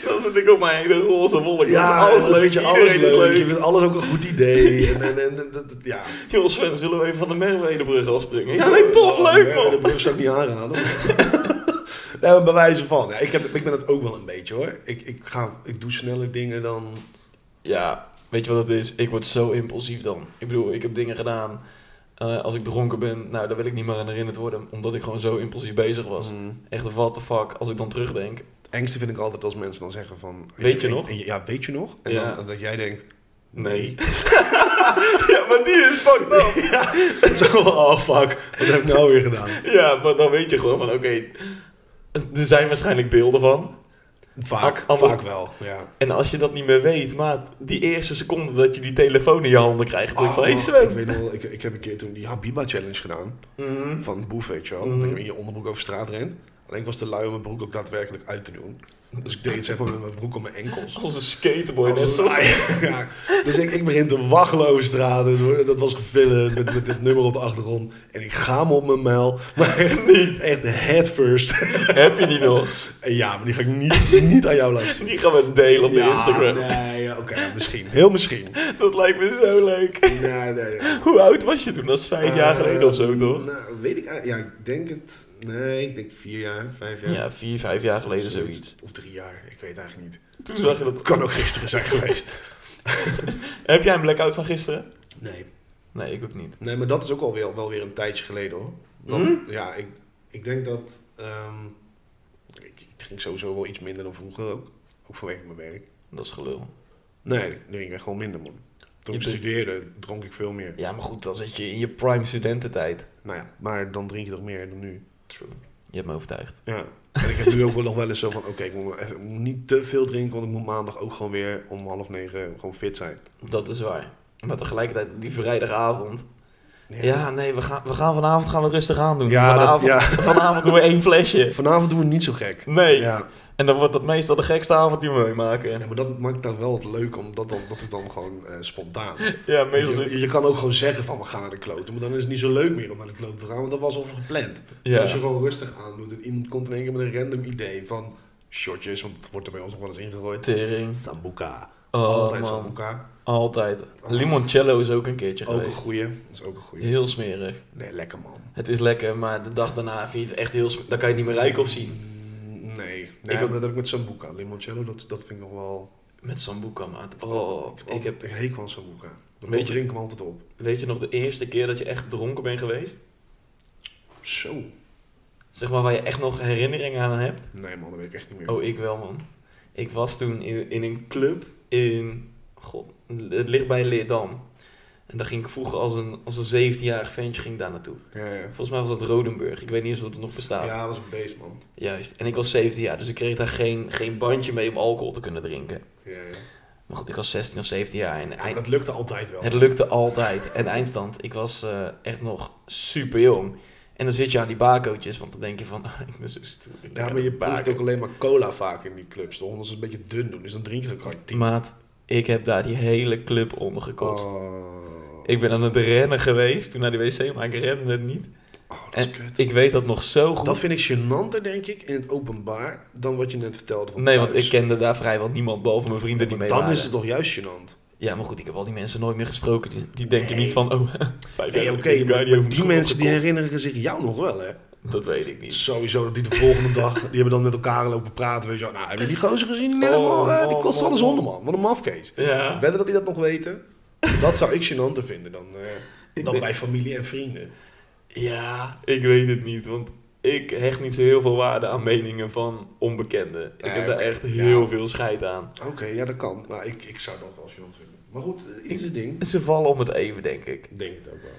S2: Dan zit ik op mijn hele roze wolk. Ja,
S1: dan
S2: alles leuk,
S1: vind je alles leuk. Je
S2: leuk.
S1: vindt alles ook een goed idee. En, en, en, en- dat- dat- ja.
S2: Joh, Sven, zullen we even van de Merwedebrug afspringen? Ja, nee, toch
S1: Oh,
S2: leuk,
S1: nee,
S2: man.
S1: De brug zou ik niet aanraden. nee, maar bij wijze van. Ja, ik, heb, ik ben dat ook wel een beetje, hoor. Ik, ik, ga, ik doe sneller dingen dan...
S2: Ja, weet je wat het is? Ik word zo impulsief dan. Ik bedoel, ik heb dingen gedaan. eh, als ik dronken ben, nou, daar wil ik niet meer aan herinnerd worden. Omdat ik gewoon zo impulsief bezig was. Echt, what the fuck, als ik dan terugdenk.
S1: Het engste vind ik altijd als mensen dan zeggen van...
S2: Weet je
S1: en-
S2: nog?
S1: en- ja, weet je nog? En
S2: Ja.
S1: dan, dat jij denkt,
S2: Nee. ja, maar die is fucked up.
S1: Zo van, oh fuck, wat heb ik nou weer gedaan?
S2: Ja, maar dan weet je gewoon van, oké, er zijn waarschijnlijk beelden van.
S1: Vaak,
S2: Al- al-
S1: vaak wel, ja.
S2: En als je dat niet meer weet, maat, die eerste seconde dat je die telefoon in je handen krijgt, denk ik van, hey
S1: Oh,
S2: Sven.
S1: ik weet nog wel, ik, ik heb een keer toen die Habiba-challenge gedaan.
S2: Mhm.
S1: Van Boef, weet je wel.
S2: Mhm.
S1: Dat je in je onderbroek over straat rent. Alleen ik was te lui om mijn broek ook daadwerkelijk uit te doen. Dus ik deed het zeg maar met mijn broek om mijn enkels.
S2: Als een skateboy.
S1: Als
S2: net
S1: een
S2: zoals-
S1: laai. Ja. Dus ik, ik begin te waggelen over straat. En hoor, dat was gefilmd met, met dit nummer op de achtergrond. En ik ga me op mijn mijl. Maar echt niet. Echt head first.
S2: Heb je die nog?
S1: En ja, maar die ga ik niet, niet aan jou laten zien.
S2: Die gaan we delen op de
S1: Ja,
S2: Instagram.
S1: Nee, ja, oké, misschien. Heel misschien.
S2: Dat lijkt me zo leuk.
S1: Nee, nee, ja.
S2: Hoe oud was je toen? Dat is vijf jaar geleden of zo,
S1: Eh,
S2: toch?
S1: Nou, weet ik eigenlijk- Ja, ik denk het. Nee, ik denk vier jaar, vijf jaar.
S2: Ja, vier, vijf jaar geleden zoiets.
S1: Of drie jaar, ik weet eigenlijk niet.
S2: Toen zag je dat.
S1: Het kan ook gisteren zijn geweest.
S2: Heb jij een blackout van gisteren?
S1: Nee.
S2: Nee, ik ook niet.
S1: Nee, maar dat is ook alweer, wel weer een tijdje geleden hoor. Want,
S2: Hm?
S1: Ja, ik, ik denk dat. ehm, ik, ik drink sowieso wel iets minder dan vroeger ook. Ook vanwege mijn werk.
S2: Dat is gelul.
S1: Nee, ik drink echt gewoon minder man. Toen ik
S2: Je bent-
S1: studeerde, dronk ik veel meer.
S2: Ja, maar goed, dan zit je in je prime studententijd.
S1: Nou ja, maar dan drink je toch meer dan nu.
S2: True. Je hebt me overtuigd.
S1: Ja. En ik heb nu ook wel nog wel eens zo van: oké, ik, moet even- ik moet niet te veel drinken, want ik moet maandag ook gewoon weer om half negen gewoon fit zijn.
S2: Dat is waar. Maar tegelijkertijd op die vrijdagavond. Ja, nee, we gaan, we gaan vanavond gaan we rustig aan doen.
S1: Ja, dat-
S2: vanavond,
S1: ja.
S2: vanavond doen we één flesje.
S1: Vanavond doen we niet zo gek.
S2: Nee.
S1: Ja.
S2: En dan wordt dat meestal de gekste avond die we
S1: Ja,
S2: meemaken.
S1: maar dat maakt dat wel het leuk, omdat dan, dat het dan gewoon eh, spontaan.
S2: Ja, meestal zit
S1: Je, je kan ook gewoon zeggen van we gaan naar de kloten, maar dan is het niet zo leuk meer om naar de kloten te gaan, want dat was al gepland.
S2: Ja.
S1: Als je gewoon rustig aan doet en iemand komt in één keer met een random idee van shotjes, want het wordt er bij ons nog wel eens ingegooid.
S2: Tering.
S1: Sambuca.
S2: Oh,
S1: Altijd
S2: man.
S1: sambuca.
S2: Altijd. Limoncello is ook een keertje
S1: Ook een
S2: geweest.
S1: goeie. Dat is ook een goeie.
S2: Heel smerig.
S1: Nee, lekker man.
S2: Het is lekker, maar de dag daarna vind je het echt heel smerig. Dan kan je het niet meer rijken of zien.
S1: Mm, Nee,
S2: Ik
S1: nee
S2: ook-
S1: maar dat heb ik met sambuca. Limoncello, dat, dat vind ik nog wel...
S2: Met Sambuca, maat. Oh, ik
S1: Ik
S2: heb,
S1: heb een hekel aan sambuca.
S2: Weet
S1: Dat
S2: je-
S1: drink ik hem altijd op.
S2: weet je nog de eerste keer dat je echt dronken bent geweest?
S1: Zo.
S2: Zeg maar waar je echt nog herinneringen aan hebt?
S1: Nee man, dat weet ik echt niet meer.
S2: Oh, ik wel, man. Ik was toen in, in een club in... God, het ligt bij Leerdam. En daar ging ik vroeger als een, als een 17-jarig ventje ging ik daar naartoe.
S1: Ja, ja.
S2: Volgens mij was dat Rodenburg. Ik weet niet eens of dat nog bestaat.
S1: Ja, dat was een beest, man.
S2: Juist. En ik was 17 jaar, dus ik kreeg daar geen, geen bandje mee om alcohol te kunnen drinken.
S1: Ja, ja.
S2: Maar goed, ik was 16 of 17 jaar
S1: Ja,
S2: en
S1: maar
S2: eind-
S1: dat lukte altijd wel.
S2: het lukte altijd. En eindstand, ik was eh, echt nog super jong. En dan zit je aan die barcootjes, want dan denk je van, ik ben zo stoer. Ik
S1: Ja,
S2: ga
S1: maar je
S2: baken.
S1: proeft ook alleen maar cola vaak in die clubs, toch? Omdat ze het een beetje dun doen. Dus dan drink je ook gewoon tien.
S2: Maat, ik heb daar die hele club ondergekotst.
S1: Oh,
S2: Ik ben aan het rennen geweest, toen naar de wc, maar ik rende het niet.
S1: Oh, dat is
S2: En
S1: kut.
S2: ik weet dat nog zo goed.
S1: Dat vind ik gênanter, denk ik, in het openbaar, dan wat je net vertelde van
S2: Nee,
S1: thuis.
S2: want ik kende daar vrijwel niemand, behalve mijn vrienden die
S1: Maar
S2: mee
S1: Dan
S2: waren.
S1: is het toch juist gênant?
S2: Ja, maar goed, ik heb al die mensen nooit meer gesproken. Die, die denken
S1: Nee.
S2: niet van, oh, vijf
S1: Nee,
S2: jaar
S1: oké,
S2: geleden
S1: maar,
S2: heb ik
S1: maar
S2: over
S1: die
S2: mijn
S1: mensen die
S2: kop
S1: herinneren zich jou nog wel, hè?
S2: gekocht. Dat weet ik niet.
S1: Sowieso, dat die de volgende dag, die hebben dan met elkaar lopen praten, weet je wel. Nou, hebben jullie die gozer gezien? Die, net helemaal,
S2: Oh,
S1: eh, die
S2: man,
S1: kost
S2: man,
S1: alles
S2: man.
S1: honderd, man. Wat een mafkees.
S2: Ja.
S1: Wedden dat die dat nog weten? Dat zou ik gênanter vinden dan, eh, dan
S2: denk-
S1: bij familie en vrienden.
S2: ja, ik weet het niet, want ik hecht niet zo heel veel waarde aan meningen van onbekenden. Ik
S1: Nee,
S2: heb daar
S1: oké,
S2: echt
S1: ja.
S2: heel veel scheid aan.
S1: Oké, ja, dat kan. Nou, ik, ik zou dat wel gênant vinden. Maar goed, eh, ieder zijn ding.
S2: Ze vallen om het even, denk ik.
S1: Ik denk het ook wel.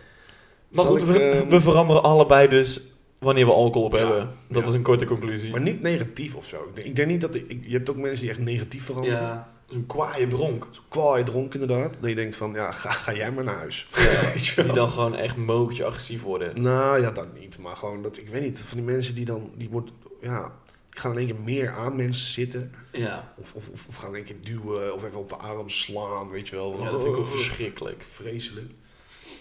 S2: Maar
S1: Zal
S2: goed,
S1: ik,
S2: we,
S1: ehm,
S2: we veranderen allebei dus wanneer we alcohol op
S1: Ja,
S2: hebben. Dat
S1: ja.
S2: is een korte conclusie.
S1: Maar niet negatief of zo. Ik denk, ik denk niet dat... Ik, ik- je hebt ook mensen die echt negatief veranderen.
S2: Ja, zo'n kwaaie dronk.
S1: Zo kwaai dronken inderdaad. Dat je denkt van, ja, ga, ga jij maar naar huis. Weet je wel?
S2: Die dan gewoon echt mokertje agressief worden.
S1: Nou ja, dat niet. Maar gewoon dat, ik weet niet, van die mensen die dan, die wordt, ja, die gaan in één keer meer aan mensen zitten.
S2: Ja,
S1: Of, of, of, of gaan in één keer duwen, of even op de arm slaan, weet je wel.
S2: ja dat vind ik ook
S1: Oh,
S2: verschrikkelijk.
S1: vreselijk.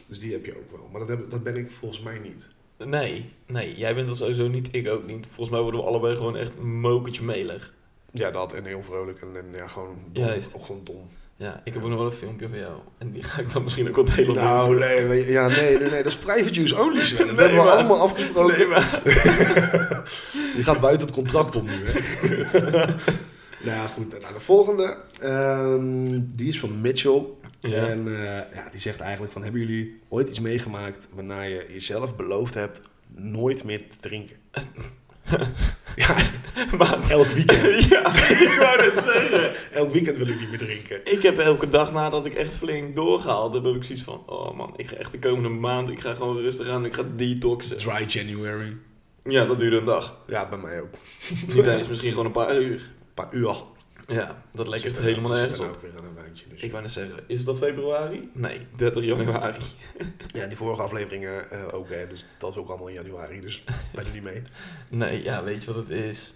S1: Dus die heb je ook wel. Maar dat, heb, dat ben ik volgens mij niet.
S2: Nee, nee, jij bent dat sowieso niet, ik ook niet. Volgens mij worden we allebei gewoon echt een mokertje melig.
S1: Ja, dat en heel vrolijk en, en ja, gewoon dom.
S2: Juist.
S1: Ook gewoon dom.
S2: Ja, ik heb ook nog wel een filmpje van jou. En die ga ik dan misschien ook wel delen op
S1: Nou,
S2: Instagram.
S1: nee, weet je- ja, nee, nee, nee, dat is private use only, Sven. Dat
S2: Nee,
S1: hebben we
S2: maar-
S1: allemaal afgesproken.
S2: Nee, maar...
S1: Je gaat buiten het contract om nu, hè. nou ja, goed. Nou, de volgende, ehm, die is van Mitchell.
S2: Ja.
S1: En eh, ja, die zegt eigenlijk van, hebben jullie ooit iets meegemaakt waarna je jezelf beloofd hebt nooit meer te drinken? Ja,
S2: Maar-
S1: elk weekend.
S2: ja, ik wou net zeggen.
S1: Elk weekend wil ik niet meer drinken.
S2: Ik heb elke dag nadat ik echt flink doorgehaald heb, heb ik zoiets van... Oh man, ik ga echt de komende maand, ik ga gewoon rustig aan, ik ga detoxen.
S1: Dry January.
S2: Ja, dat duurde een dag.
S1: Ja, bij mij ook.
S2: Niet eens, misschien gewoon een paar uur.
S1: Een paar uur.
S2: Ja, dat lijkt
S1: Zit
S2: echt
S1: er-
S2: helemaal
S1: zit er
S2: nergens
S1: nou
S2: op.
S1: ook weer aan een wijntje. Dus.
S2: Ik wou net zeggen, is het al februari? Nee, 30 januari.
S1: Ja, die vorige afleveringen eh, ook, hè. Dus dat is ook allemaal in januari, dus ben er niet mee.
S2: Nee, ja, weet je wat het is?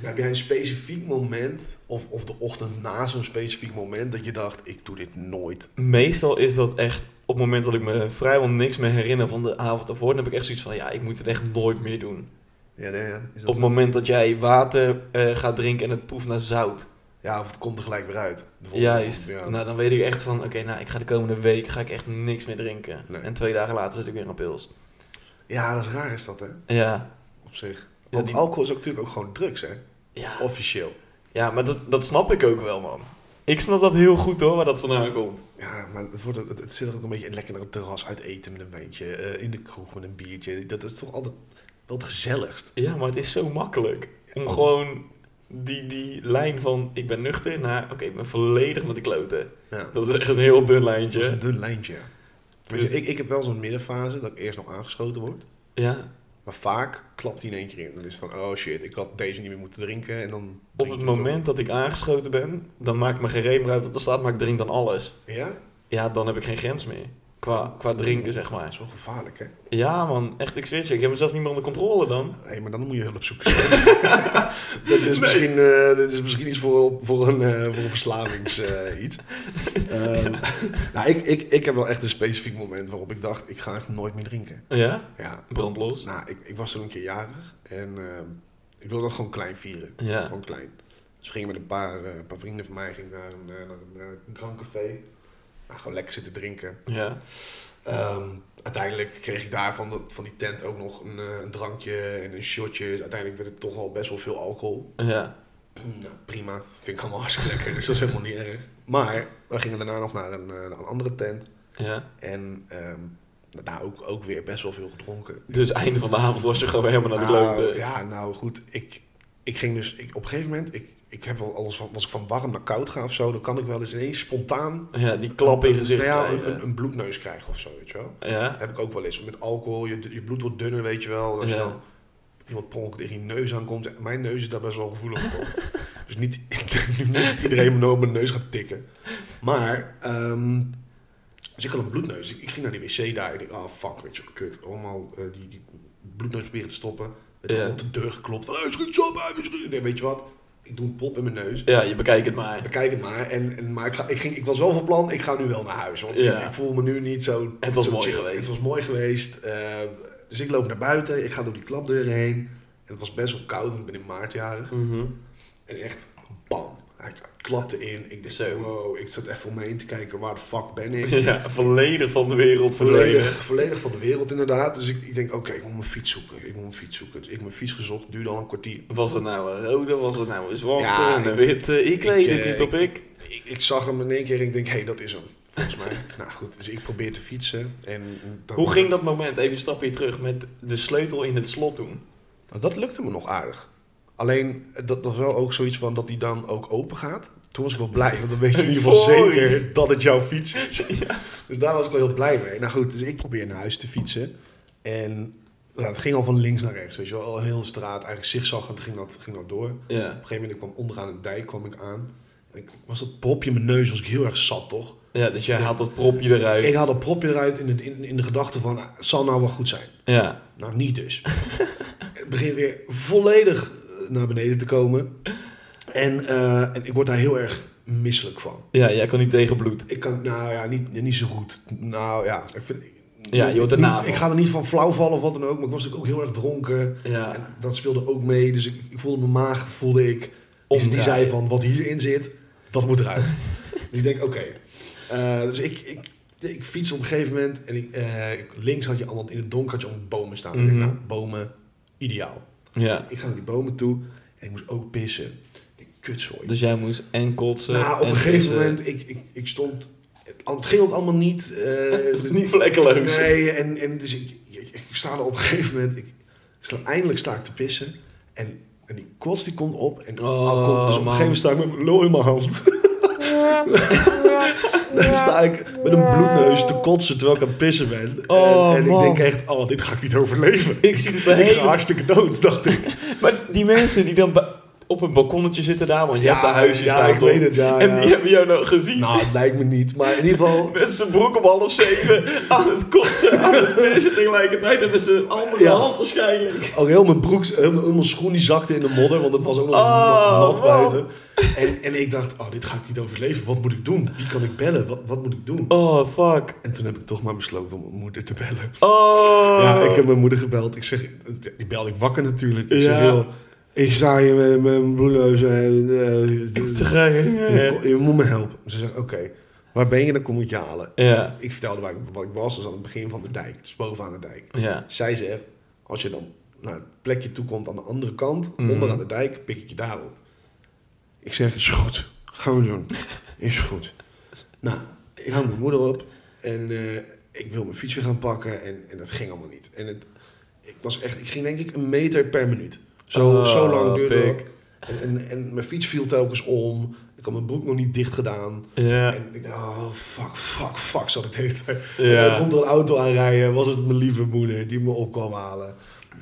S1: Maar heb jij een specifiek moment, of, of de ochtend na zo'n specifiek moment, dat je dacht, ik doe dit nooit?
S2: Meestal is dat echt op het moment dat ik me vrijwel niks meer herinner van de avond ervoor, dan heb ik echt zoiets van, ja, ik moet het echt nooit meer doen.
S1: Ja, nee, ja. Is
S2: Op
S1: dat...
S2: het moment dat jij water eh, gaat drinken en het proeft naar zout.
S1: ja, of het komt er gelijk weer uit. De volgende
S2: Juist.
S1: ochtend, ja.
S2: Nou, dan weet ik echt van, oké, nou, ik ga de komende week ga ik echt niks meer drinken.
S1: Nee.
S2: En twee dagen later zit ik weer aan pils.
S1: Ja, dat is raar is dat, hè,
S2: Ja.
S1: op zich.
S2: nou- Ja,
S1: Want
S2: die-
S1: alcohol is ook natuurlijk ook gewoon drugs, hè.
S2: Ja,
S1: Officieel.
S2: ja maar dat, dat snap ik ook wel, man. Ik snap dat heel goed, hoor, waar dat vandaan komt.
S1: Ja, maar het, wordt, ook- het, het zit er ook een beetje in lekker naar het terras uit eten met een wijntje. eh, in de kroeg met een biertje. Dat is toch altijd wel het gezelligst.
S2: Ja, maar het is zo makkelijk. Om
S1: Ja.
S2: gewoon die, die lijn van, ik ben nuchter, naar, oké, ik ben volledig met de kloten.
S1: Ja.
S2: Dat Dus is echt een heel dun
S1: Dat is een
S2: lijntje.
S1: dun lijntje. ja. Tenminste, ik, ik heb wel zo'n middenfase dat ik eerst nog aangeschoten word.
S2: Ja,
S1: Maar vaak klapt die in één keer in. Dan is het van, oh shit, ik had deze niet meer moeten drinken. En dan
S2: op
S1: drink
S2: het
S1: je toch.
S2: moment dat ik aangeschoten ben, dan maakt me geen reem meer uit wat er staat, maar ik drink dan alles.
S1: Ja?
S2: Ja, dan heb ik geen grens meer. Qua, qua drinken, zeg
S1: Dat
S2: maar.
S1: is wel gevaarlijk, hè?
S2: Ja, man, echt, ik zweer het je, ik heb mezelf niet meer onder controle dan.
S1: Hé, maar dan moet je hulp zoeken. dat, is misschien, eh, dat is misschien iets voor, voor een, eh, voor een verslavings eh, iets. Ehm, nou, ik, ik, ik heb wel echt een specifiek moment waarop ik dacht, ik ga echt nooit meer drinken.
S2: Ja?
S1: Ja,
S2: Brandlos.
S1: nou, ik, ik was toen een keer jarig en ehm, ik wilde dat gewoon klein vieren.
S2: Ja.
S1: Gewoon klein. Dus we gingen met een paar, eh, een paar vrienden van mij ging naar een, eh, naar een, eh, een grand café. Nou, gewoon lekker zitten drinken.
S2: Ja.
S1: Ehm, uiteindelijk kreeg ik daar van, dat- van die tent ook nog een, eh, een drankje en een shotje. Dus Uiteindelijk werd het toch al best wel veel alcohol.
S2: Ja.
S1: Nou, prima. Vind ik allemaal hartstikke lekker, dus dat is helemaal niet erg. Maar we gingen daarna nog naar een, eh, naar een andere tent.
S2: Ja.
S1: En ehm, daar ook, ook weer best wel veel gedronken.
S2: Dus einde van de avond was je gewoon weer helemaal naar de
S1: Nou,
S2: kloten.
S1: ja, nou goed. Ik, ik ging dus ik, op een gegeven moment... Ik, ik heb wel alles van, als ik van warm naar koud ga of zo... dan kan ik wel eens ineens spontaan...
S2: Ja, die klap in je gezicht
S1: nou ja, een-
S2: krijgen.
S1: een, een bloedneus krijgen of zo, weet je wel.
S2: Ja.
S1: heb ik ook wel eens. Met alcohol, je, je bloed wordt dunner, weet je wel. En als
S2: Ja.
S1: je dan iemand per ongeluk tegen je neus aankomt. Mijn neus is daar best wel gevoelig voor. dus niet, niet dat iedereen me nou op mijn neus gaat tikken. Maar, ehm, dus ik had een bloedneus. Ik, ik ging naar die wc daar. Ik dacht, oh fuck, weet je wel, kut. Allemaal eh, die, die bloedneus proberen te stoppen. Werd
S2: Ja.
S1: op de deur geklopt. Hey, schiet ze op, hey, schiet- Nee, weet je wat? Ik doe een pop in mijn neus.
S2: Ja, je bekijkt het maar.
S1: Bekijk het maar. En, en, maar ik, ga, ik, ging, ik was wel van plan, ik ga nu wel naar huis. Want
S2: Ja.
S1: ik, ik voel me nu niet zo...
S2: Het was
S1: zo
S2: mooi
S1: chill.
S2: geweest.
S1: Het was mooi geweest. eh, dus ik loop naar buiten. Ik ga door die klapdeuren heen. En het was best wel koud, want ik ben in maart jarig.
S2: Mhm.
S1: En echt, bam. Hij klapte in. Ik dacht,
S2: Zo.
S1: wow. Ik zat even om me heen te kijken, waar de fuck ben ik?
S2: Ja, volledig van de wereld volledig.
S1: Volledig, volledig van de wereld inderdaad. Dus ik, ik denk, oké, ik moet mijn fiets zoeken. Ik moet mijn fiets zoeken. Dus ik heb mijn fiets gezocht. Duurde al een kwartier.
S2: Was het nou een rode, was het nou een zwarte,
S1: Ja,
S2: en een witte? Ik weet
S1: ik,
S2: het
S1: eh,
S2: niet op ik.
S1: ik, ik zag hem in één keer en ik denk, hé, hey, dat is hem. Volgens mij. nou goed, dus ik probeer te fietsen. En dan-
S2: Hoe ging dat moment? Even een stapje terug met de sleutel in het slot doen.
S1: Nou, Dat lukte me nog aardig. Alleen, eh, dat was wel ook zoiets van dat die dan ook open gaat. Toen was ik wel blij, want dan weet je in ieder geval
S2: Euforisch.
S1: zeker dat het jouw fiets is.
S2: ja.
S1: Dus daar was ik wel heel blij mee. Nou goed, dus ik probeer naar huis te fietsen. En nou, het ging al van links naar rechts. Weet je wel, al heel de straat, eigenlijk zigzaggend ging dat, ging dat door.
S2: Ja.
S1: Op een gegeven moment kwam ik onderaan een dijk kwam ik aan. En ik was dat propje in mijn neus, was ik heel erg zat, toch?
S2: ja, dus jij haalt dat propje eruit.
S1: Ik haal dat propje eruit in, het, in, in de gedachte van, ah, het zal nou wel goed zijn.
S2: Ja.
S1: Nou, niet dus. het begint weer volledig eh, naar beneden te komen. En, eh, en ik word daar heel erg misselijk van.
S2: ja, jij kan niet tegen bloed.
S1: Ik kan, nou ja, niet, niet zo goed. Nou ja, ik vind...
S2: Ja, je hoort de
S1: niet-
S2: naam.
S1: Ik ga er niet van flauw vallen of wat dan ook, maar ik was natuurlijk ook heel erg dronken.
S2: Ja.
S1: En dat speelde ook mee, dus ik, ik voelde mijn maag, voelde ik. Dus die
S2: Omdraaien.
S1: zei van, wat hierin zit, dat moet eruit. dus ik denk, oké. Eh, dus ik, ik, ik fiets op een gegeven moment en ik, eh, ik- links had je allemaal, in het donker had je allemaal bomen staan. Ik
S2: Mhm.
S1: denk, nou, bomen, ideaal.
S2: Ja.
S1: Ik ga naar die bomen toe en ik moest ook pissen. Ik denk, kutzooi.
S2: Dus jij moest en kotsen.
S1: Nou, op
S2: en
S1: een gegeven
S2: pissen.
S1: moment, ik, ik, ik stond... Het ging ook allemaal niet... eh,
S2: Niet vlekkeloos.
S1: dus Nee, en, en dus ik, ik, ik sta er op een gegeven moment... Ik, Ik sta, eindelijk sta ik te pissen. En, en die kots die komt op. En
S2: Oh,
S1: al komt- dus op een
S2: man.
S1: gegeven moment sta ik met mijn lul in mijn hand. Dan sta ik met een bloedneus te kotsen terwijl ik aan het pissen ben.
S2: Oh,
S1: en en ik
S2: man.
S1: denk echt, oh, dit ga ik niet overleven.
S2: Ik zie het
S1: Ik ga
S2: helemaal.
S1: hartstikke dood, dacht ik.
S2: Maar die mensen die dan ba- op een balkonnetje zitten daar, want je
S1: Ja,
S2: hebt de huisjes
S1: ja,
S2: daar
S1: ik
S2: toch?
S1: weet het, ja,
S2: En
S1: ja.
S2: die hebben jou nou gezien.
S1: Nou, het lijkt me niet. Maar in ieder geval,
S2: Met zijn broek om half zeven aan het kotsen, aan het pissen tegelijkertijd. En met zijn andere
S1: Ja.
S2: hand waarschijnlijk.
S1: Ook heel mijn broek, heel mijn, heel mijn schoen die zakte in de modder, want het was ook nog
S2: Oh,
S1: nat- nat
S2: man.
S1: buiten. En, en ik dacht, oh, dit ga ik niet overleven. Wat moet ik doen? Wie kan ik bellen? Wat, wat moet ik doen?
S2: Oh, fuck.
S1: En toen heb ik toch maar besloten om mijn moeder te bellen.
S2: Oh.
S1: Ja, ik heb mijn moeder gebeld. Ik zeg, die belde ik wakker natuurlijk. Ik zeg,
S2: Ja.
S1: joh, ik sta hier met mijn bloedneus. en, eh,
S2: te graag.
S1: je, je moet me helpen. Ze zegt, oké, waar ben je? Dan kom ik je halen.
S2: Ja.
S1: Ik vertelde waar ik, waar ik was, dus aan het begin van de dijk. Dus bovenaan de dijk.
S2: Ja.
S1: Zij zegt, als je dan naar het plekje toe komt aan de andere kant,
S2: Mhm.
S1: onderaan de dijk, pik ik je daarop. Ik zeg, is goed, gaan we doen. Is goed. Nou, ik hang mijn moeder op en eh, ik wil mijn fiets weer gaan pakken en, en dat ging allemaal niet. En het, ik, was echt, ik ging denk ik een meter per minuut. Zo,
S2: Oh,
S1: zo lang duurde
S2: pik.
S1: dat. En, en, en mijn fiets viel telkens om. Ik had mijn broek nog niet dicht gedaan.
S2: Ja.
S1: En ik dacht, oh fuck, fuck, fuck, zat ik de hele tijd.
S2: Ja.
S1: En dan komt er een auto aanrijden, was het mijn lieve moeder die me op kwam halen.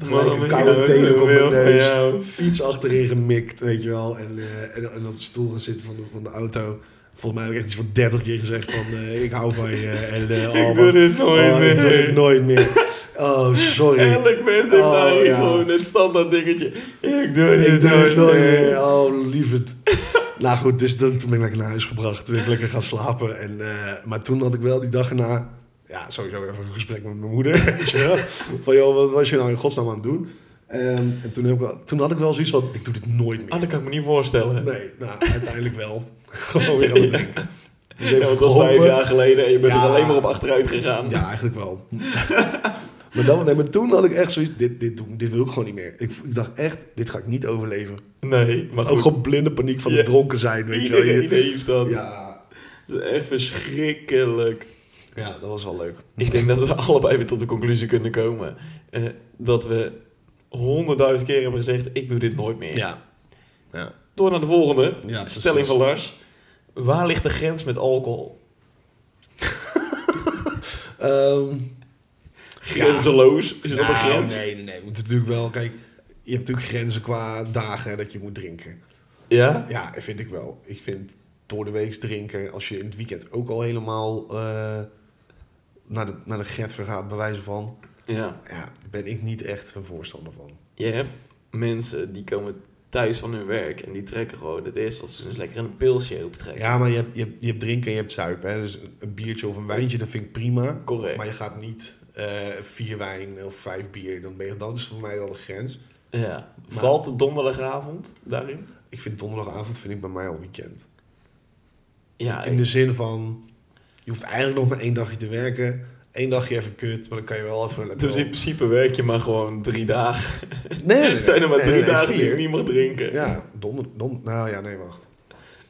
S1: Gelijk
S2: Man,
S1: een koude
S2: ja,
S1: tenen op
S2: wil
S1: mijn neus,
S2: van jou.
S1: fiets achterin gemikt, weet je wel. En, eh, en, en op de stoel gaan zitten van de, van de auto. Volgens mij heb ik echt iets van 30 keer gezegd van, eh, ik hou van je. En, eh, oh,
S2: Ik doe
S1: man,
S2: dit nooit
S1: oh,
S2: meer.
S1: Ik doe dit nooit meer. Oh, sorry.
S2: Elk mens heeft
S1: Oh,
S2: daar hier
S1: ja.
S2: gewoon het standaard dingetje. Ik doe dit
S1: Ik doe het nooit
S2: meer.
S1: meer. Oh, lieverd. nou goed, dus dan, toen ben ik lekker naar huis gebracht. Toen ben ik lekker gaan slapen. En, eh, maar toen had ik wel die dag erna... Ja, sowieso even een gesprek met mijn moeder. weet je wel. van, joh, wat was je nou in godsnaam aan het doen? Ehm, en toen, heb ik wel- toen had ik wel zoiets van, ik doe dit nooit
S2: Ah,
S1: meer.
S2: dat kan ik me niet voorstellen.
S1: Nee, nou, uiteindelijk wel. Gewoon weer aan het drinken. Dus even
S2: Ja, want dat was
S1: geholpen.
S2: vijf jaar geleden en je bent
S1: Ja.
S2: er alleen maar op achteruit gegaan.
S1: Ja, eigenlijk wel. maar, dan, nee, maar toen had ik echt zoiets, dit, dit, doe- dit wil ik gewoon niet meer. Ik, ik dacht echt, dit ga ik niet overleven.
S2: Nee, maar
S1: Ook
S2: ook
S1: gewoon blinde paniek van
S2: Ja.
S1: het dronken zijn, weet je wel.
S2: iedereen
S1: Je-
S2: heeft dat.
S1: Ja,
S2: Dat is echt verschrikkelijk.
S1: ja, dat was wel leuk.
S2: Ik denk dat we allebei weer tot de conclusie kunnen komen. eh, dat we honderdduizend keer hebben gezegd, ik doe dit nooit meer.
S1: Ja. Ja,
S2: Door naar de volgende.
S1: ja
S2: Stelling van Lars. Waar ligt de grens met alcohol?
S1: Ehm,
S2: Grenzeloos? Is dat een grens?
S1: Nou, Nee, nee, nee. Je moet natuurlijk wel, kijk, je hebt natuurlijk grenzen qua dagen dat je moet drinken.
S2: Ja?
S1: Ja, vind ik wel. Ik vind door de week drinken, als je in het weekend ook al helemaal eh, naar, de, naar de getver gaat, bij wijze van,
S2: Ja.
S1: ja, daar ben ik niet echt een voorstander van.
S2: Je hebt mensen die komen thuis van hun werk en die trekken gewoon het eerste dat ze dus lekker een pilsje optrekken.
S1: Ja, maar je hebt, je hebt, je hebt drinken en je hebt zuipen. Hè? Dus een- een biertje of een wijntje, dat vind ik prima.
S2: Correct.
S1: Maar je gaat niet eh, vier wijn of vijf bier. Dan ben je, dat is voor mij wel de grens.
S2: Ja.
S1: Maar-
S2: Valt de donderdagavond daarin?
S1: Ik vind donderdagavond vind ik bij mij al weekend.
S2: Ja,
S1: In de zin van, je hoeft eigenlijk nog maar één dagje te werken. Eén dagje even kut, maar dan kan je wel even...
S2: Dus in principe werk je maar gewoon drie dagen.
S1: nee, nee, nee.
S2: zijn er maar
S1: Nee,
S2: drie
S1: nee, nee,
S2: dagen die
S1: vier.
S2: je niet mag drinken.
S1: Ja, donder... Don, nou ja, nee, wacht.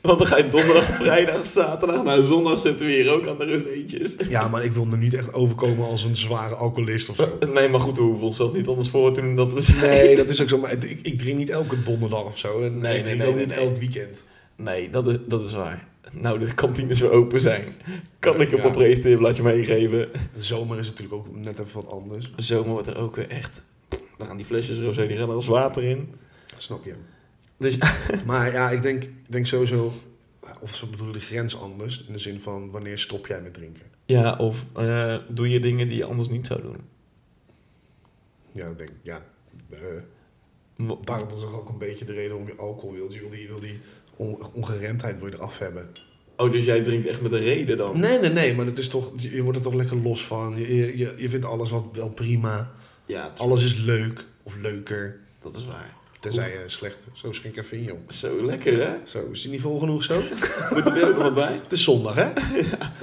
S2: Want dan ga je donderdag, vrijdag, zaterdag. Nou, zondag zitten we hier ook aan de rozeetjes.
S1: Ja, maar ik wil nu niet echt overkomen als een zware alcoholist of zo.
S2: Nee, maar goed, we hoeven onszelf niet anders voor te doen dat we zijn.
S1: Nee, dat is ook zo. Maar ik, ik drink niet elke donderdag of zo. En
S2: Nee,
S1: ik drink
S2: nee, nee,
S1: ook
S2: nee,
S1: niet
S2: nee.
S1: elk weekend.
S2: Nee, dat is, dat is waar. Nou, de kantines weer open zijn. Kan ik hem
S1: Ja.
S2: op registreerblaadje meegeven?
S1: De zomer is natuurlijk ook net even wat anders.
S2: Zomer wordt er ook weer echt... Dan gaan die flesjes rosé, die gaan er als water in.
S1: Snap je?
S2: Dus
S1: Maar ja, ik denk, ik denk sowieso... Of ze bedoelen de grens anders. In de zin van, wanneer stop jij met drinken?
S2: ja, of eh, doe je dingen die je anders niet zou doen.
S1: Ja, ik denk ja... eh,
S2: Wa-
S1: daarom is ook een beetje de reden om je alcohol wilt. Je wil die, wil die on- ongeremdheid wil je eraf hebben.
S2: Oh, dus jij drinkt echt met een reden dan?
S1: Nee, nee, nee. Maar het is toch, je je wordt er toch lekker los van. Je, je, je- je vindt alles wat wel prima.
S2: Ja, tuurlijk,
S1: Alles is leuk. Of leuker.
S2: dat is waar.
S1: Tenzij je slecht... Zo, schenk even in, joh.
S2: Zo lekker, hè?
S1: Zo, is die niet vol genoeg zo?
S2: Moet er weer ook nog wat bij?
S1: Het is zondag, hè?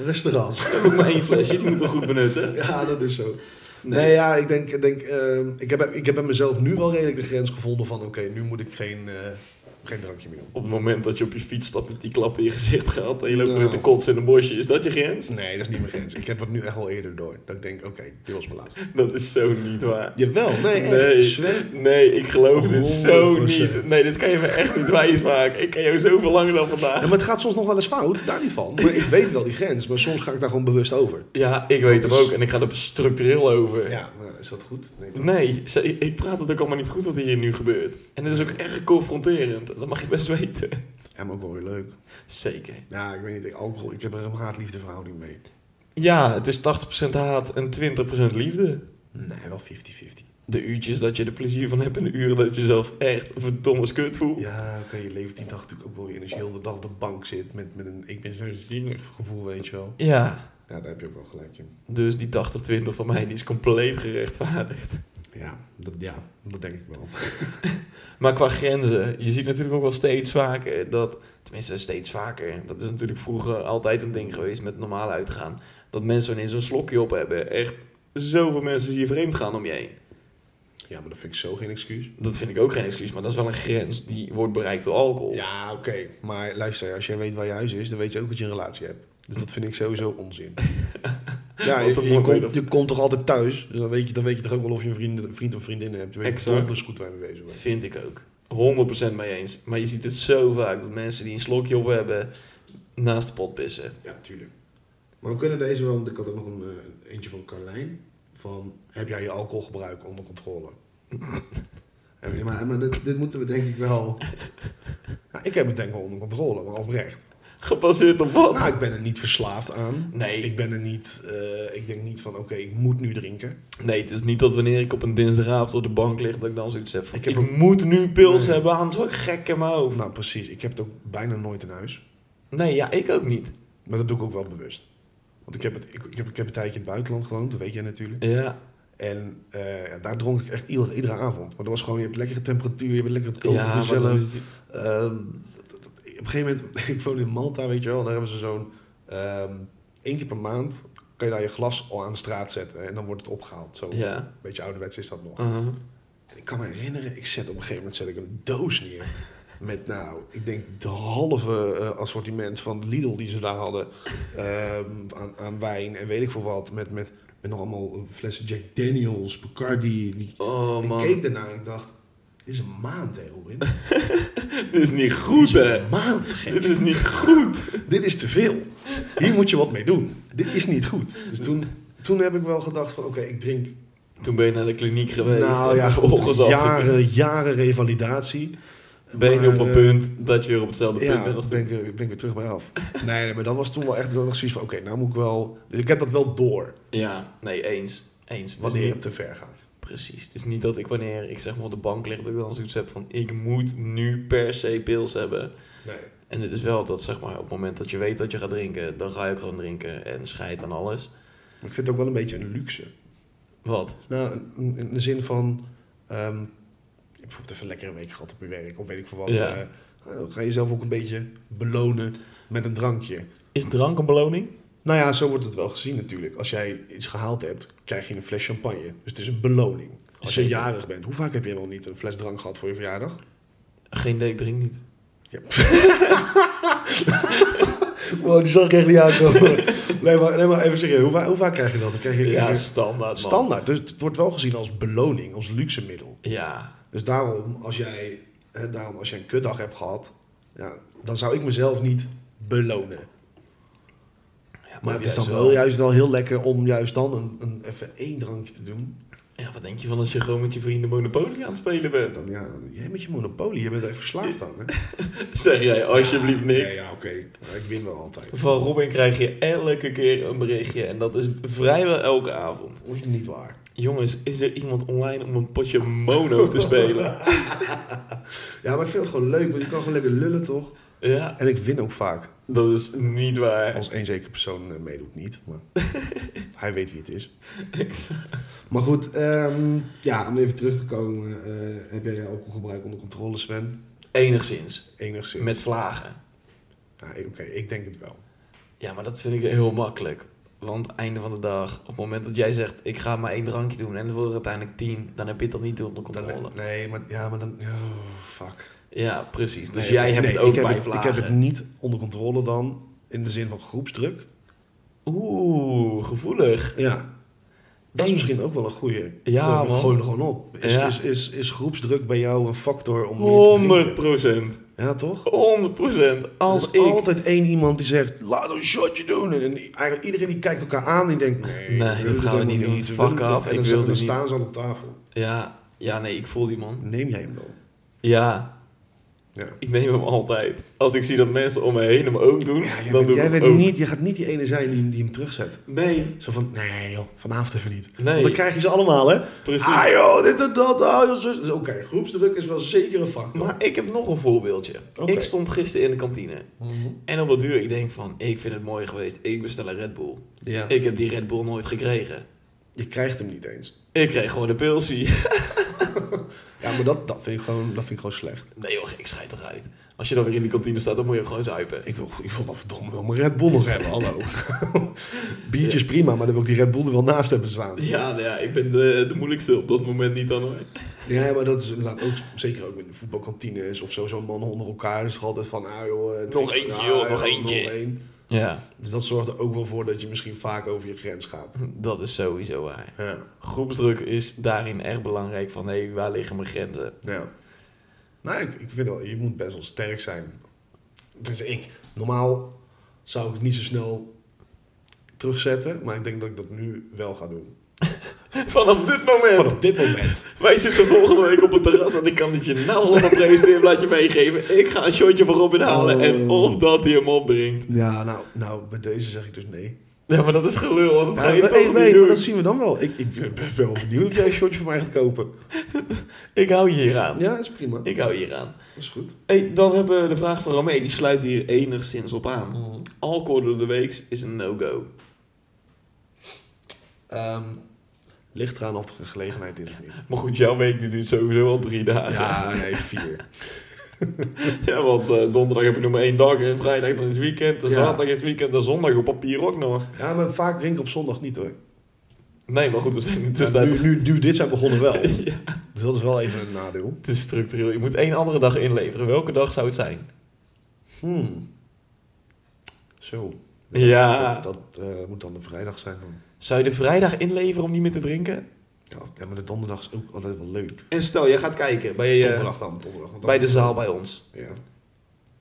S1: Rustig aan.
S2: We hebben ook maar één flesje, die moeten we goed benutten.
S1: Ja, dat is zo.
S2: Nee.
S1: Nee, ja, ik denk, ik, denk ehm, ik, heb, ik heb bij mezelf nu wel redelijk de grens gevonden van, oké, nu moet ik geen eh, geen drankje meer op.
S2: Op het moment dat je op je fiets stapt en die klap in je gezicht gaat en je loopt
S1: Nou.
S2: weer te kotsen in een bosje, is dat je grens?
S1: Nee, dat is niet mijn grens. Ik heb dat nu echt wel eerder door. Dat ik denk, oké, dit was mijn laatste.
S2: Dat is zo niet waar.
S1: Jawel, nee, echt.
S2: Nee.
S1: Sven,
S2: Nee, ik geloof dit zo
S1: 100%.
S2: niet. Nee, dit kan je me echt niet wijs maken. Ik ken jou zoveel langer dan
S1: Ja,
S2: vandaag.
S1: maar het gaat soms nog wel eens fout, daar niet van. Maar ik weet wel die grens, maar soms ga ik daar gewoon bewust over.
S2: Ja, ik weet
S1: Dat
S2: hem
S1: is-
S2: ook en ik ga er structureel over.
S1: Ja, maar is dat goed? Nee, toch?
S2: Nee, ze- ik ik praat het ook allemaal niet goed wat hier nu gebeurt. En het is ook erg confronterend. Dat mag je best weten.
S1: Ja, maar ook wel weer leuk.
S2: Zeker.
S1: Ja, ik weet niet, ik- alcohol, ik heb er een haat-liefde verhouding mee.
S2: Ja, het is 80% haat en 20% liefde.
S1: Nee, wel 50-50.
S2: De uurtjes dat je er plezier van hebt en de uren dat je jezelf echt verdomme kut voelt.
S1: Ja, oké, je levert die dag natuurlijk ook wel in als je heel de dag op de bank zit met, met een ik ben zo zielig gevoel, weet je wel.
S2: Ja,
S1: Ja, daar heb je ook wel gelijk in.
S2: dus die 80-20 van mij die is compleet gerechtvaardigd.
S1: Ja, dat, ja, dat denk ik wel.
S2: Maar qua grenzen, je ziet natuurlijk ook wel steeds vaker dat, tenminste steeds vaker, dat is natuurlijk vroeger altijd een ding geweest met normaal uitgaan, dat mensen ineens een slokje op hebben. Echt zoveel mensen zie je vreemd gaan om je heen.
S1: Ja, maar dat vind ik zo geen excuus.
S2: Dat vind ik ook geen excuus, maar dat is wel een grens die wordt bereikt door alcohol.
S1: Ja, oké, maar luister, als jij weet waar je huis is, dan weet je ook dat je een relatie hebt. Dus dat vind ik sowieso onzin. ja,
S2: Wat een
S1: je, je,
S2: mooi
S1: komt,
S2: beeld.
S1: je komt toch altijd thuis, dus dan weet je, dan weet je toch ook wel of je een vriend, vriend of vriendin hebt. Je weet
S2: Exact.
S1: exact. goed waar je mee bezig bent.
S2: Vind ik ook. 100% mee eens. Maar je ziet het zo vaak dat mensen die een slokje op hebben naast de pot pissen.
S1: Ja, tuurlijk. Maar we kunnen deze wel, want ik had ook nog een eh, eentje van Carlijn. Van, heb jij je alcoholgebruik onder controle? Heb je- maar maar dit, dit moeten we denk ik wel... Nou, ik heb het denk ik wel onder controle, maar oprecht.
S2: Gebaseerd op wat?
S1: Nou, ik ben er niet verslaafd aan.
S2: Nee.
S1: Ik ben er niet... eh, ik denk niet van, oké, ik moet nu drinken.
S2: Nee, het is niet dat wanneer ik op een dinsdagavond op de bank lig, dat ik dan zoiets heb van...
S1: Ik
S2: Ik,
S1: heb ook-
S2: moet nu pils
S1: Nee.
S2: hebben, anders word ik gek in mijn hoofd.
S1: Nou, precies. Ik heb het ook bijna nooit in huis.
S2: Nee, ja, ik ook niet.
S1: Maar dat doe ik ook wel bewust. Want ik heb, het, ik, ik heb, ik heb een tijdje in het buitenland gewoond, dat weet jij natuurlijk.
S2: Ja,
S1: En eh, ja, daar dronk ik echt iedere, iedere avond. Maar dat was gewoon, je hebt lekkere temperatuur, je bent lekker aan het koken
S2: ja
S1: voor
S2: maar dan
S1: jezelf.
S2: is die-
S1: Ehm, dat- dat- op een gegeven moment, ik woon in Malta, weet je wel. Daar hebben ze zo'n, ehm één keer per maand kan je daar je glas al aan de straat zetten. En dan wordt het opgehaald. Zo,
S2: Ja.
S1: een beetje ouderwets is dat nog.
S2: Uh-huh.
S1: En ik kan me herinneren, ik zet op een gegeven moment zet ik een doos neer. Met nou, ik denk de halve eh, assortiment van Lidl die ze daar hadden. ehm, aan, aan wijn en weet ik veel wat. Met, met, met nog allemaal flessen Jack Daniels, Bacardi. Die,
S2: Oh man,
S1: ik keek daarna en ik dacht, dit is een maand hè Robin.
S2: dit is niet goed
S1: Dit is
S2: hè.
S1: een maand
S2: Dit
S1: gek.
S2: is niet goed.
S1: Dit is te veel. Hier moet je wat mee doen. Dit is niet goed. Dus toen, toen heb ik wel gedacht van oké, ik drink
S2: Toen ben je naar de kliniek geweest.
S1: nou
S2: en
S1: ja, goed,
S2: vervolgens afgekeurd.
S1: jaren, jaren revalidatie.
S2: Ben je
S1: Maar,
S2: op een
S1: eh,
S2: punt dat je weer op hetzelfde punt
S1: Ja,
S2: bent
S1: dan
S2: als
S1: ben
S2: toen?
S1: ik, ben ik weer terug bij af. Nee, nee, maar dat was toen wel echt nog zoiets van... Oké, nou moet ik wel... Dus ik heb dat wel door,
S2: Ja, nee, eens. Eens. Het is
S1: wanneer
S2: niet-
S1: het te ver gaat.
S2: precies. Het is niet dat ik wanneer ik zeg maar op de bank lig, dat ik dan zoiets heb van ik moet nu per se pils hebben.
S1: Nee.
S2: En het is wel dat zeg maar op het moment dat je weet dat je gaat drinken, dan ga je ook gewoon drinken en scheid aan alles.
S1: Maar ik vind het ook wel een beetje een luxe.
S2: Wat?
S1: Nou, in, in de zin van... ehm, je hebt bijvoorbeeld even een lekkere week gehad op je werk. Of weet ik veel wat.
S2: Ja.
S1: eh, dan ga je jezelf ook een beetje belonen met een drankje.
S2: Is drank een beloning?
S1: Nou ja, zo wordt het wel gezien natuurlijk. Als jij iets gehaald hebt, krijg je een fles champagne. Dus het is een beloning. Als je
S2: Zeker.
S1: jarig bent, hoe vaak heb je wel niet een fles drank gehad voor je verjaardag?
S2: Geen idee, ik drink niet.
S1: Ja. wow, die zag ik echt niet aankomen. Nee, maar, nee, maar even serieus. Hoe, va- hoe vaak krijg je dat? Dan krijg je,
S2: Ja,
S1: krijg je-
S2: standaard. Man.
S1: standaard. Dus het wordt wel gezien als beloning, als luxe middel.
S2: Ja,
S1: Dus daarom, als jij, hè, daarom, als jij een kutdag hebt gehad, ja, dan zou ik mezelf niet belonen.
S2: Ja,
S1: Maar het is
S2: juist
S1: dan wel juist wel heel lekker om juist dan een, een, even één drankje te doen.
S2: Ja, wat denk je van als je gewoon met je vrienden Monopoly aan het spelen
S1: En
S2: bent?
S1: Dan, ja, jij met je monopolie, je bent er echt verslaafd aan. Hè?
S2: Zeg jij alsjeblieft niks.
S1: Nee, ja, oké. Maar Ik win wel altijd.
S2: Van Robin krijg je elke keer een berichtje en dat is vrijwel elke avond.
S1: Dat is niet waar.
S2: Jongens, is er iemand online om een potje mono te spelen?
S1: Ja, maar ik vind het gewoon leuk, want je kan gewoon lekker lullen, toch?
S2: Ja,
S1: En ik win ook vaak.
S2: dat is niet waar.
S1: Als één zekere persoon eh, meedoet niet, maar hij weet wie het is.
S2: Exact.
S1: Maar goed, ehm, ja, om even terug te komen. eh, heb jij je alcoholgebruik onder controle, Sven?
S2: Enigszins.
S1: Enigszins.
S2: Met vlagen.
S1: Nou, ik- Oké, ik denk het wel.
S2: Ja, maar dat vind ik heel makkelijk. Want einde van de dag, op het moment dat jij zegt... ik ga maar één drankje doen en het wordt er uiteindelijk tien... dan heb je dat niet onder
S1: Dan-
S2: controle.
S1: nee, maar, ja, maar dan... Oh, fuck.
S2: Ja, precies. Dus
S1: Nee,
S2: jij hebt
S1: nee,
S2: het ook
S1: ik heb
S2: bij
S1: het- Ik
S2: vlagen.
S1: heb het niet onder controle dan, in de zin van groepsdruk.
S2: Oeh, gevoelig.
S1: Ja. Dat is
S2: Eens.
S1: misschien ook wel een goeie.
S2: Ja,
S1: gooi,
S2: man.
S1: gooi hem er gewoon op. Is,
S2: Ja.
S1: is, is, is groepsdruk bij jou een factor om hier te
S2: 100
S1: drinken?
S2: procent.
S1: Ja, toch?
S2: 100 procent. Als
S1: Er is
S2: ik...
S1: Dus altijd één iemand die zegt, laat ons een shotje doen. En die- eigenlijk iedereen die kijkt elkaar aan, die denkt, nee, we
S2: Nee, dat
S1: willen dit
S2: gaan
S1: helemaal
S2: we niet doen.
S1: We
S2: Fuck
S1: willen dit-
S2: off,
S1: En
S2: ik
S1: dan,
S2: wil
S1: dan
S2: dit niet.
S1: staan ze aan de tafel.
S2: Ja, ja, nee, ik voel die man.
S1: Neem jij hem dan?
S2: Ja,
S1: Ja.
S2: ik neem hem altijd. Als ik zie dat mensen om me heen hem ook doen,
S1: Ja, jij
S2: dan
S1: bent-
S2: doe
S1: jij
S2: ik
S1: bent
S2: hem ook.
S1: niet, je gaat niet die ene zijn die, die hem terugzet.
S2: Nee,
S1: oh. Zo van, nee joh, vanavond even niet.
S2: Nee.
S1: Want dan krijg je ze allemaal, hè?
S2: precies.
S1: Ah joh, dit en dat, ah joh, zus. Dus Oké, groepsdruk is wel zeker een factor.
S2: Maar ik heb nog een voorbeeldje.
S1: Oké. Mhm.
S2: Ik stond gisteren in de kantine. En op dat duur, ik denk van, ik vind het mooi geweest. Ik bestel een Red Bull.
S1: Ja.
S2: Ik heb die Red Bull nooit gekregen.
S1: Je krijgt hem niet eens.
S2: Ik kreeg gewoon een pilsie.
S1: Ja, maar dat, dat, vind, ik gewoon, dat vind ik gewoon slecht.
S2: Nee joh, ik schijt eruit. Als je dan weer in die kantine staat, dan moet je ook gewoon zuipen.
S1: Ik wil, ik wil dat verdomme wel mijn Red Bull nog hebben, hallo. Biertjes prima, maar dan wil ik die Red Bull er wel naast hebben staan.
S2: Ja, nou ja, ik ben de, de moeilijkste op dat moment niet dan hoor.
S1: Ja, maar dat is inderdaad ook, zeker ook in de voetbalkantine is of zo, zo'n mannen onder elkaar is toch altijd van, ah joh... eh,
S2: Nog
S1: drink-
S2: eentje,
S1: ah,
S2: joh, nog eentje.
S1: één.
S2: Ja,
S1: Dus dat zorgt er ook wel voor dat je misschien vaak over je grens gaat.
S2: dat is sowieso waar.
S1: Ja,
S2: Groepsdruk is daarin echt belangrijk van, hé, waar liggen mijn grenzen?
S1: ja. Nou, ik, ik vind wel, je moet best wel sterk zijn. Dus ik, normaal zou ik het niet zo snel terugzetten, maar ik denk dat ik dat nu wel ga doen.
S2: Vanaf dit moment.
S1: Vanaf dit moment.
S2: Wij zitten volgende week op het terras en ik kan het je nou 100% blaadje meegeven. Ik ga een shotje voor Robin halen en
S1: Oh.
S2: of dat hij hem opdrinkt.
S1: Ja, nou, nou, bij deze zeg ik dus nee.
S2: Ja, maar dat is gelul, want dat
S1: Ja,
S2: ga je
S1: maar-
S2: toch
S1: hey,
S2: niet
S1: nee, maar
S2: doen.
S1: dat zien we dan wel. Ik, ik ben wel benieuwd of jij een shotje voor mij gaat kopen.
S2: Ik hou hier aan.
S1: Ja, is prima.
S2: Ik hou hier aan.
S1: Dat is goed.
S2: Hey, dan hebben we de vraag van Romee, die sluit hier enigszins op aan.
S1: Mhm.
S2: Alcohol door de week is een no-go.
S1: Ehm, ligt eraan of er een gelegenheid is of niet.
S2: Maar goed, jouw week die duurt sowieso al drie dagen. Ja,
S1: Ja, nee, vier.
S2: want eh, donderdag heb je nog maar één dag en vrijdag dan is het weekend. En
S1: Ja.
S2: zaterdag is het weekend en zondag op papier ook nog.
S1: Ja, maar vaak drink ik op zondag niet hoor.
S2: Nee, maar goed, we zijn in de
S1: Dus
S2: tussentijd...
S1: nu, nu, nu dit zijn begonnen wel.
S2: Ja.
S1: Dus dat is wel even een nadeel.
S2: Het is structureel. Je moet één andere dag inleveren. Welke dag zou het zijn?
S1: Hmm. Zo.
S2: Ja.
S1: Dat, dat, eh, moet dan de vrijdag zijn dan.
S2: Zou je de vrijdag inleveren om niet meer te drinken?
S1: Ja, of- ja, maar de donderdag is ook altijd wel leuk.
S2: En stel, jij gaat kijken bij, eh,
S1: Donderdag dan, donderdag. want dan-
S2: bij de zaal bij ons.
S1: Ja,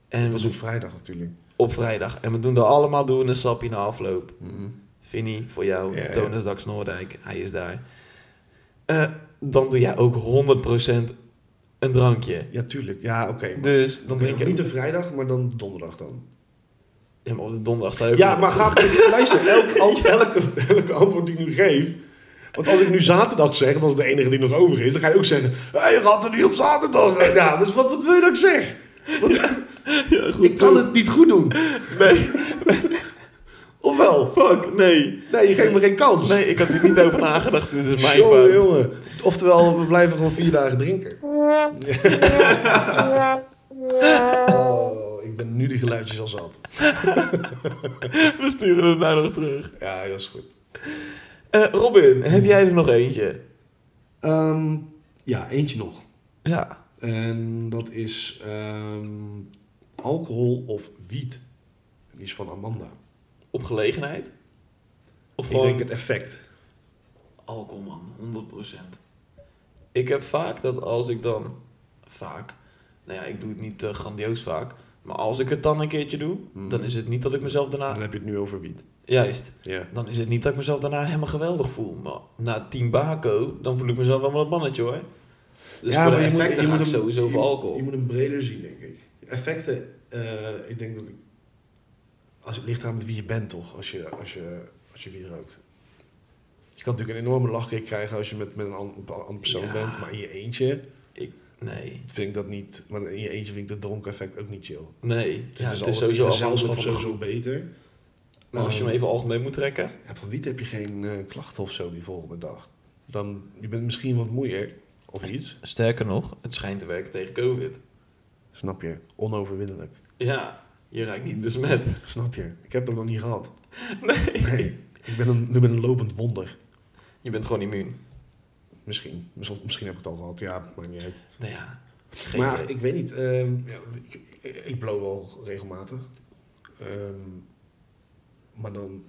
S2: En we
S1: dat is
S2: doen
S1: op vrijdag natuurlijk.
S2: op vrijdag. En we doen er allemaal doen we een sapje na afloop.
S1: Mhm.
S2: Vinnie, voor jou.
S1: Ja, ja.
S2: Tonus Dax Noordijk. Hij is daar. Eh, dan doe jij ook 100% een drankje.
S1: Ja, tuurlijk. Ja, oké. maar-
S2: Dus dan
S1: Oké,
S2: drink je...
S1: niet de vrijdag, maar dan donderdag dan.
S2: Ja, maar op de donderdag sta je ook
S1: Ja,
S2: nog-
S1: maar ga... Luister, elke, al- elke, elke antwoord die ik nu geef... Want als ik nu zaterdag zeg, dat is de enige die nog over is... dan ga je ook zeggen... Hé, je gaat er niet op zaterdag. Eh, Ja, dus wat, wat wil je dat ik zeg? Want,
S2: Ja, goed.
S1: ik kan het niet goed doen.
S2: Nee,
S1: Of wel?
S2: fuck, nee.
S1: Nee, je geeft me geen kans.
S2: Nee, ik had er niet over nagedacht. Dit is mijn
S1: Jongen,
S2: fout.
S1: jongen. Oftewel, we blijven gewoon vier dagen drinken. Oh, ik ben nu die geluidjes al zat.
S2: We sturen het nou nog terug.
S1: Ja, dat is goed.
S2: Eh, Robin, heb
S1: Mhm.
S2: jij er nog eentje?
S1: Ehm, ja, eentje nog.
S2: Ja.
S1: En dat is ehm, alcohol of wiet. Die is van Amanda.
S2: Op gelegenheid? Of
S1: Ik
S2: gewoon
S1: denk het effect.
S2: alcohol, man. 100%. Ik heb vaak dat als ik dan... Vaak. Nou ja, ik doe het niet eh, grandioos vaak. Maar als ik het dan een keertje doe,
S1: Hmm.
S2: dan is het niet dat ik mezelf daarna...
S1: Dan heb je het nu over wiet.
S2: Juist.
S1: Ja.
S2: Dan is het niet dat ik mezelf daarna helemaal geweldig voel. Maar na 10 bako, dan voel ik mezelf helemaal een mannetje hoor. Dus voor de effecten ga ik
S1: hem-
S2: sowieso
S1: je-
S2: voor alcohol.
S1: Je moet hem breder zien, denk ik. Effecten, eh, ik denk dat ik... Als, het ligt aan met wie je bent, toch? Als je, als je, als je wiet rookt. Je kan natuurlijk een enorme lachkik krijgen als je met, met een an- een andere persoon
S2: Ja.
S1: bent. Maar in je eentje
S2: Nee.
S1: vind ik dat niet... Maar in je eentje vind ik dat dronken effect ook niet chill.
S2: Nee.
S1: Dus
S2: Ja,
S1: het
S2: het
S1: altijd
S2: is sowieso
S1: in gezelschap
S2: afhankelijk van de
S1: sowieso beter.
S2: Maar als je hem even algemeen moet trekken.
S1: Ja, van wiet heb je geen eh, klachten of zo die volgende dag. Dan, je bent misschien wat moeier of iets.
S2: Sterker nog, het schijnt te werken tegen COVID.
S1: Snap je? Onoverwinnelijk.
S2: Ja, je raakt niet besmet.
S1: Snap je? Ik heb het ook nog niet gehad.
S2: Nee.
S1: Nee. ik, ben een, ik ben een lopend wonder.
S2: Je bent gewoon immuun.
S1: Misschien. Misschien, misschien heb ik het al gehad. Ja, maakt niet uit.
S2: Nou ja, Geen
S1: maar
S2: idee.
S1: ik weet niet. ehm, ja, ik, ik blow wel regelmatig. Ehm, maar dan,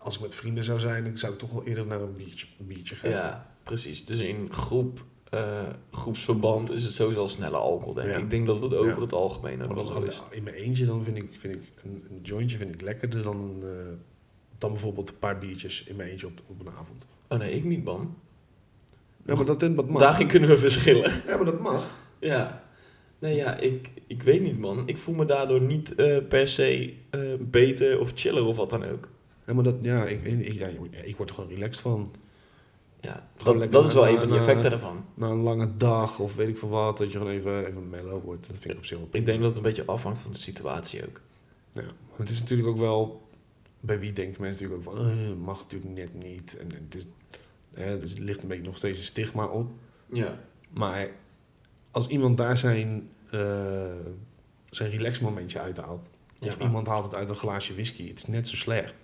S1: als ik met vrienden zou zijn, dan zou ik toch wel eerder naar een beach, een biertje gaan.
S2: Ja, precies. Dus in groep, eh, groepsverband is het sowieso al snelle alcohol, denk ik.
S1: Ja.
S2: Ik denk dat het over
S1: Ja.
S2: het algemeen ook
S1: Maar
S2: wel
S1: dan
S2: zo is.
S1: in mijn eentje dan vind ik, vind ik een, een jointje vind ik lekkerder dan, een, eh, dan bijvoorbeeld een paar biertjes in mijn eentje op, op een avond.
S2: Oh nee, ik niet, man.
S1: Ja, maar dat, dat mag.
S2: Daarin kunnen we verschillen.
S1: Ja, maar dat mag.
S2: Ja. Nee, ja, ik, ik weet niet, man. Ik voel me daardoor niet eh, per se eh, beter of chiller of wat dan ook.
S1: Ja, maar dat, ja, ik, weet niet, ik, ja, ik word er gewoon relaxed van.
S2: Ja,
S1: Gewoon
S2: dat,
S1: lekker
S2: dat is wel
S1: na-
S2: een van de
S1: na-
S2: effecten daarvan.
S1: Na een lange dag of weet ik veel wat, dat je gewoon even, even mellow wordt. Dat vind ik op zich wel
S2: Ik
S1: prima.
S2: denk dat het een beetje afhangt van de situatie ook.
S1: Ja, maar het is natuurlijk ook wel... Bij wie denken mensen natuurlijk ook van... eh, mag natuurlijk net niet. En, en het is, hè, dus er ligt een beetje nog steeds een stigma op.
S2: Ja.
S1: Maar als iemand daar zijn, eh zijn relaxmomentje uithaalt...
S2: Ja,
S1: of iemand haalt het uit een glaasje whisky, het is net zo slecht.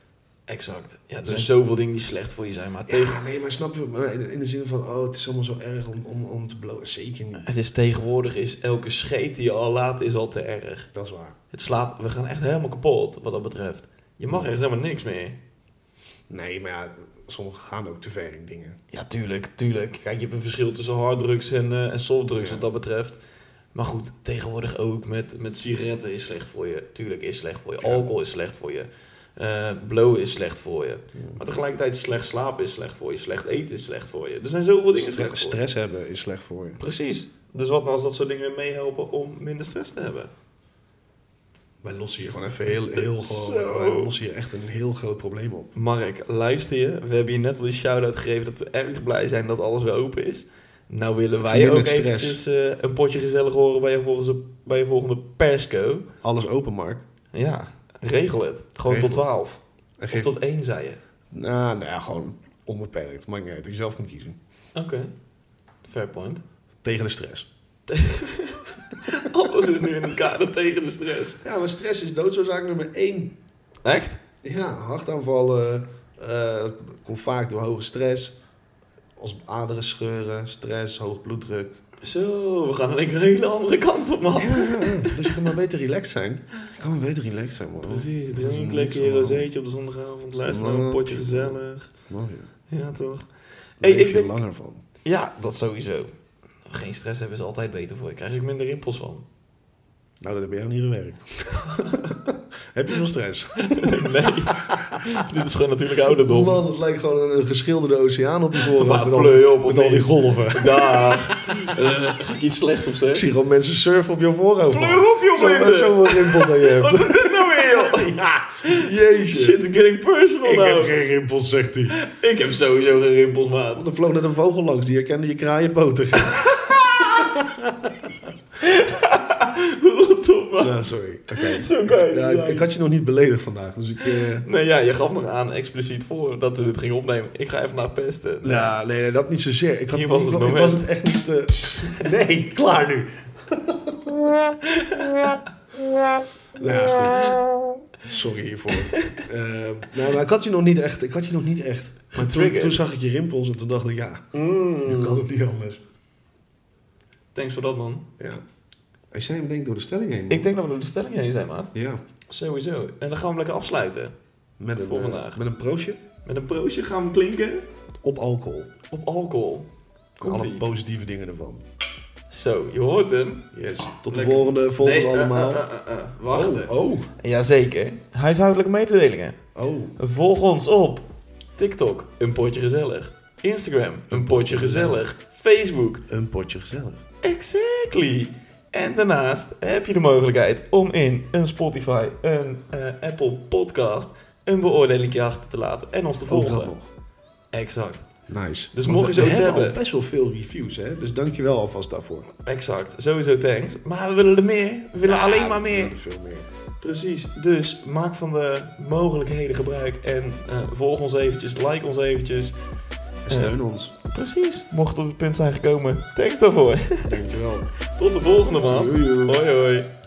S2: exact. Ja, er
S1: Dus-
S2: zijn zoveel dingen die slecht voor je zijn, maar tegen...
S1: Ja, nee, maar snap je? maar in- In de zin van, oh, het is allemaal zo erg om, om, om te blowen. Zeker niet.
S2: Het is tegenwoordig is elke scheet die je al laat is al te erg.
S1: Dat is waar.
S2: Het slaat, we gaan echt helemaal kapot wat dat betreft. Je mag echt helemaal niks meer.
S1: Nee, maar ja, sommigen gaan ook te ver in dingen.
S2: Ja, tuurlijk, tuurlijk. Kijk, je hebt een verschil tussen harddrugs en, eh, en softdrugs
S1: Ja.
S2: wat dat betreft. Maar goed, tegenwoordig ook met, met sigaretten is slecht voor je. Tuurlijk is slecht voor je.
S1: Ja.
S2: Alcohol is slecht voor je. Eh blowen is slecht voor je.
S1: Ja.
S2: Maar tegelijkertijd slecht slapen is slecht voor je. Slecht eten is slecht voor je. Er zijn zoveel
S1: Stre-
S2: dingen slecht voor je.
S1: stress hebben is slecht voor je.
S2: Precies. Dus wat nou als dat soort dingen meehelpen om minder stress te hebben?
S1: Wij lossen hier gewoon even heel, heel
S2: Zo.
S1: gewoon, wij lossen hier echt een heel groot probleem op.
S2: Mark, luister je. We hebben je net al die shout-out gegeven dat we erg blij zijn dat alles weer open is. Nou willen
S1: Het
S2: wij ook
S1: vermindert stress.
S2: eventjes eh, een potje gezellig horen bij je volgende, bij je volgende persco.
S1: Alles open, Mark.
S2: Ja, regel het. Gewoon
S1: Regel.
S2: tot 12.
S1: En
S2: Of
S1: geef,
S2: tot 1, zei je.
S1: nou, nou ja, gewoon onbeperkt. Maakt niet uit. Je zelf moet kiezen.
S2: Oké. Fair point.
S1: Tegen de stress.
S2: Alles is nu in het kader tegen de stress.
S1: Ja, maar stress is doodsoorzaak nummer één.
S2: Echt?
S1: Ja, hartaanvallen eh, komt vaak door hoge stress. Als aderen scheuren, stress, hoog bloeddruk.
S2: Zo, we gaan in één keer een hele andere kant op, man.
S1: Ja, ja, ja. dus je kan maar beter relaxed zijn. Je kan maar beter relaxed zijn, man.
S2: Precies,
S1: Dat is
S2: drink
S1: niks
S2: lekker je
S1: aan de hand.
S2: rozeetje op de zondagavond.
S1: is
S2: Luister naar een
S1: normaal.
S2: potje gezellig.
S1: Nou, ja.
S2: Ja, toch?
S1: Daar
S2: Hey,
S1: leef
S2: ik
S1: je
S2: denk-
S1: langer van.
S2: Ja, dat sowieso. Geen stress hebben is altijd beter voor je. Krijg ik minder rimpels van?
S1: Nou, dat heb jij niet gewerkt. heb je veel stress?
S2: nee. Dit is gewoon natuurlijk ouderdom.
S1: Man, het lijkt gewoon een, een geschilderde oceaan op je voorraad. Met, al-
S2: pleur je op,
S1: met
S2: of
S1: al die
S2: niet?
S1: golven.
S2: Dag. Eh, ga ik iets slecht op
S1: Ik
S2: zeg?
S1: zie gewoon mensen surfen op je voorhoofd. man.
S2: Pleur op, joh,
S1: Zo-
S2: mensen.
S1: Zoveel rimpel dat je
S2: Wat
S1: hebt.
S2: is dit nou weer, joh?
S1: Ja,
S2: Oh,
S1: jeetje.
S2: Shit, it's getting personal
S1: Ik heb
S2: nou.
S1: geen rimpels, zegt hij.
S2: Ik heb sowieso geen rimpels, maat.
S1: Want er vloog net een vogel langs, die herkende je kraaienpoten.
S2: Rot op, man.
S1: nou, sorry. Oké.
S2: Zo kan je niet
S1: Ja, ik,
S2: zijn.
S1: ik had je nog niet beledigd vandaag, dus ik... eh,
S2: Nee, ja, je gaf nog aan expliciet voor dat we dit gingen opnemen. Ik ga even naar pesten.
S1: Nou, nee, nee, dat niet zozeer. Ik, had,
S2: Hier was het
S1: ik, ik
S2: moment.
S1: was het echt niet... eh, nee, klaar nu. nou, goed. Sorry hiervoor. Eh, nou, maar ik had je nog niet echt. Ik had je nog niet echt. Maar toen,
S2: Getriggerd. Mm.
S1: toen zag ik je rimpels en toen dacht ik, ja, nu kan het niet anders.
S2: Thanks voor dat, man.
S1: Ja. Hij zei hem denk ik door de stelling heen. man.
S2: Ik denk dat we door de stelling heen zijn, maat.
S1: Ja.
S2: Sowieso. En dan gaan we hem lekker afsluiten.
S1: Met een,
S2: Voor
S1: eh,
S2: vandaag.
S1: met een proosje
S2: Met een proosje gaan we klinken
S1: op alcohol.
S2: op alcohol.
S1: Alle
S2: Komt-ie.
S1: positieve dingen ervan.
S2: Zo, je hoort hem.
S1: Yes. Tot de
S2: Ah, Lekker.
S1: volgende. Volg ons
S2: Nee, eh,
S1: allemaal.
S2: eh, eh, eh, wachten.
S1: Oh, oh.
S2: Jazeker. Huishoudelijke mededelingen.
S1: Oh.
S2: Volg ons op TikTok, een potje gezellig. Instagram, een potje gezellig. Facebook,
S1: Een potje gezellig.
S2: exactly. En daarnaast heb je de mogelijkheid om in een Spotify, een eh, Apple podcast, een beoordeling achter te laten en ons te
S1: Ook Oh, dat
S2: volgen.
S1: nog.
S2: Exact,
S1: Nice.
S2: Dus
S1: Want
S2: mocht je
S1: we-
S2: zoiets
S1: We hebben al
S2: hebben-
S1: best wel veel reviews, hè? Dus dank je wel alvast daarvoor.
S2: exact. Sowieso thanks. Maar we willen er meer. We willen alleen maar
S1: We
S2: meer.
S1: willen Veel meer.
S2: Precies, dus maak van de mogelijkheden gebruik en eh, volg ons eventjes, like ons eventjes.
S1: En steun ons.
S2: Precies, mocht we op het punt zijn gekomen, thanks daarvoor.
S1: Dank je wel.
S2: Tot de volgende maand.
S1: Doei, doei.
S2: Hoi hoi.